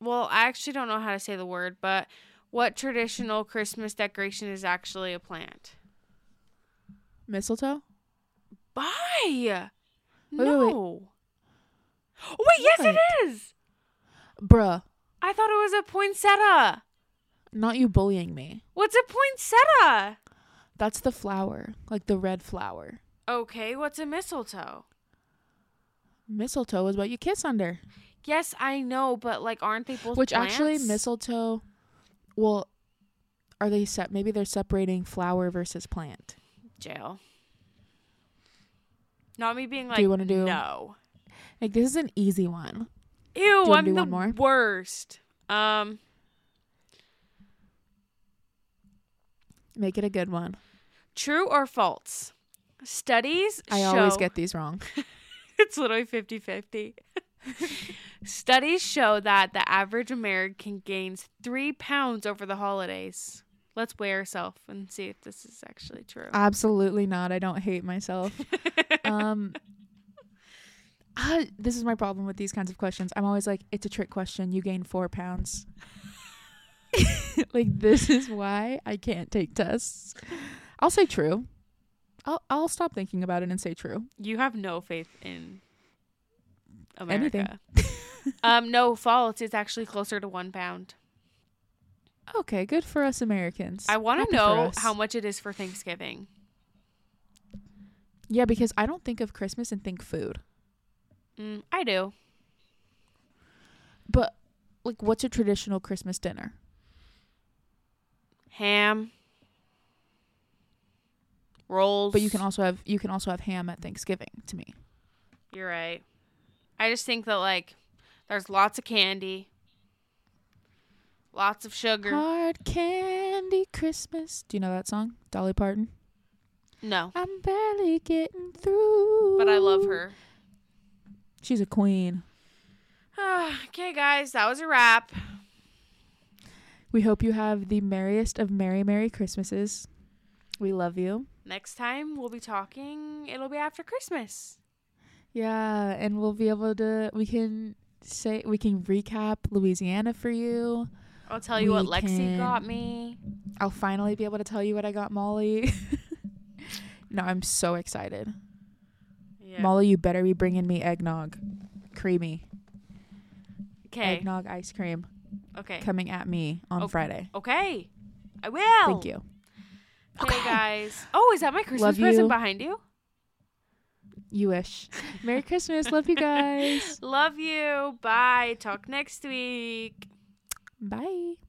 [SPEAKER 2] well, I actually don't know how to say the word, but what traditional Christmas decoration is actually a plant?
[SPEAKER 1] Mistletoe.
[SPEAKER 2] Bye.
[SPEAKER 1] wait, wait.
[SPEAKER 2] No. Oh wait, yes it is.
[SPEAKER 1] Bruh.
[SPEAKER 2] I thought it was a poinsettia.
[SPEAKER 1] Not you bullying me.
[SPEAKER 2] What's a poinsettia?
[SPEAKER 1] That's the flower, like the red flower.
[SPEAKER 2] Okay, what's a mistletoe?
[SPEAKER 1] Mistletoe is what you kiss under.
[SPEAKER 2] Yes, I know, but like, aren't they both?
[SPEAKER 1] Which actually
[SPEAKER 2] plants?
[SPEAKER 1] mistletoe well are they set maybe they're separating flower versus plant.
[SPEAKER 2] jail. Not me being like.
[SPEAKER 1] you wanna do-
[SPEAKER 2] no?
[SPEAKER 1] Like this is an easy one.
[SPEAKER 2] Ew,
[SPEAKER 1] wanna
[SPEAKER 2] I'm
[SPEAKER 1] do
[SPEAKER 2] the
[SPEAKER 1] one more?
[SPEAKER 2] worst. Um,
[SPEAKER 1] Make it a good one.
[SPEAKER 2] true or false? Studies
[SPEAKER 1] I
[SPEAKER 2] show
[SPEAKER 1] always get these wrong.
[SPEAKER 2] it's literally 50-50. Studies show that the average American gains 3 pounds over the holidays. Let's weigh ourselves and see if this is actually true.
[SPEAKER 1] Uh, Absolutely not. I don't hate myself. um ah, this is my problem with these kinds of questions. I'm always like, it's a trick question. You gain four pounds. like this is why I can't take tests. I'll say true. I'll I'll stop thinking about it and say true.
[SPEAKER 2] you have no faith in America.
[SPEAKER 1] Anything.
[SPEAKER 2] um no, false. It's actually closer to 1 pound.
[SPEAKER 1] Okay, good for us Americans.
[SPEAKER 2] I want
[SPEAKER 1] Happy
[SPEAKER 2] to
[SPEAKER 1] for
[SPEAKER 2] know
[SPEAKER 1] us.
[SPEAKER 2] how much it is for Thanksgiving.
[SPEAKER 1] Yeah, because I don't think of Christmas and think food.
[SPEAKER 2] Mm, I do.
[SPEAKER 1] But like what's a traditional Christmas dinner?
[SPEAKER 2] Ham. Rolls.
[SPEAKER 1] But you can also have you can also have ham at Thanksgiving to me.
[SPEAKER 2] You're right. I just think that like there's lots of candy, lots of sugar.
[SPEAKER 1] Hard candy Christmas. Do you know that song? Dolly Parton.
[SPEAKER 2] No,
[SPEAKER 1] I'm barely getting through.
[SPEAKER 2] but I love her.
[SPEAKER 1] She's a queen.
[SPEAKER 2] okay, guys, that was a wrap.
[SPEAKER 1] We hope you have the merriest of merry merry Christmases. We love you.
[SPEAKER 2] Next time we'll be talking. It'll be after Christmas.
[SPEAKER 1] Yeah, and we'll be able to we can say we can recap Louisiana for you.
[SPEAKER 2] I'll tell you what
[SPEAKER 1] We
[SPEAKER 2] Lexi
[SPEAKER 1] can-
[SPEAKER 2] got me.
[SPEAKER 1] I'll finally be able to tell you what I got Molly. no, I'm so excited.
[SPEAKER 2] Yeah.
[SPEAKER 1] Molly, you better be bringing me eggnog. Creamy.
[SPEAKER 2] Okay.
[SPEAKER 1] Eggnog ice cream
[SPEAKER 2] Okay.
[SPEAKER 1] coming at me on
[SPEAKER 2] Okay.
[SPEAKER 1] Friday.
[SPEAKER 2] Okay. I will.
[SPEAKER 1] Thank you.
[SPEAKER 2] Okay,
[SPEAKER 1] Okay.
[SPEAKER 2] guys. Oh, is that my Christmas
[SPEAKER 1] Love
[SPEAKER 2] present
[SPEAKER 1] you.
[SPEAKER 2] behind you?
[SPEAKER 1] You wish. Merry Christmas. Love you guys.
[SPEAKER 2] Love you. Bye. Talk next week.
[SPEAKER 1] Bye.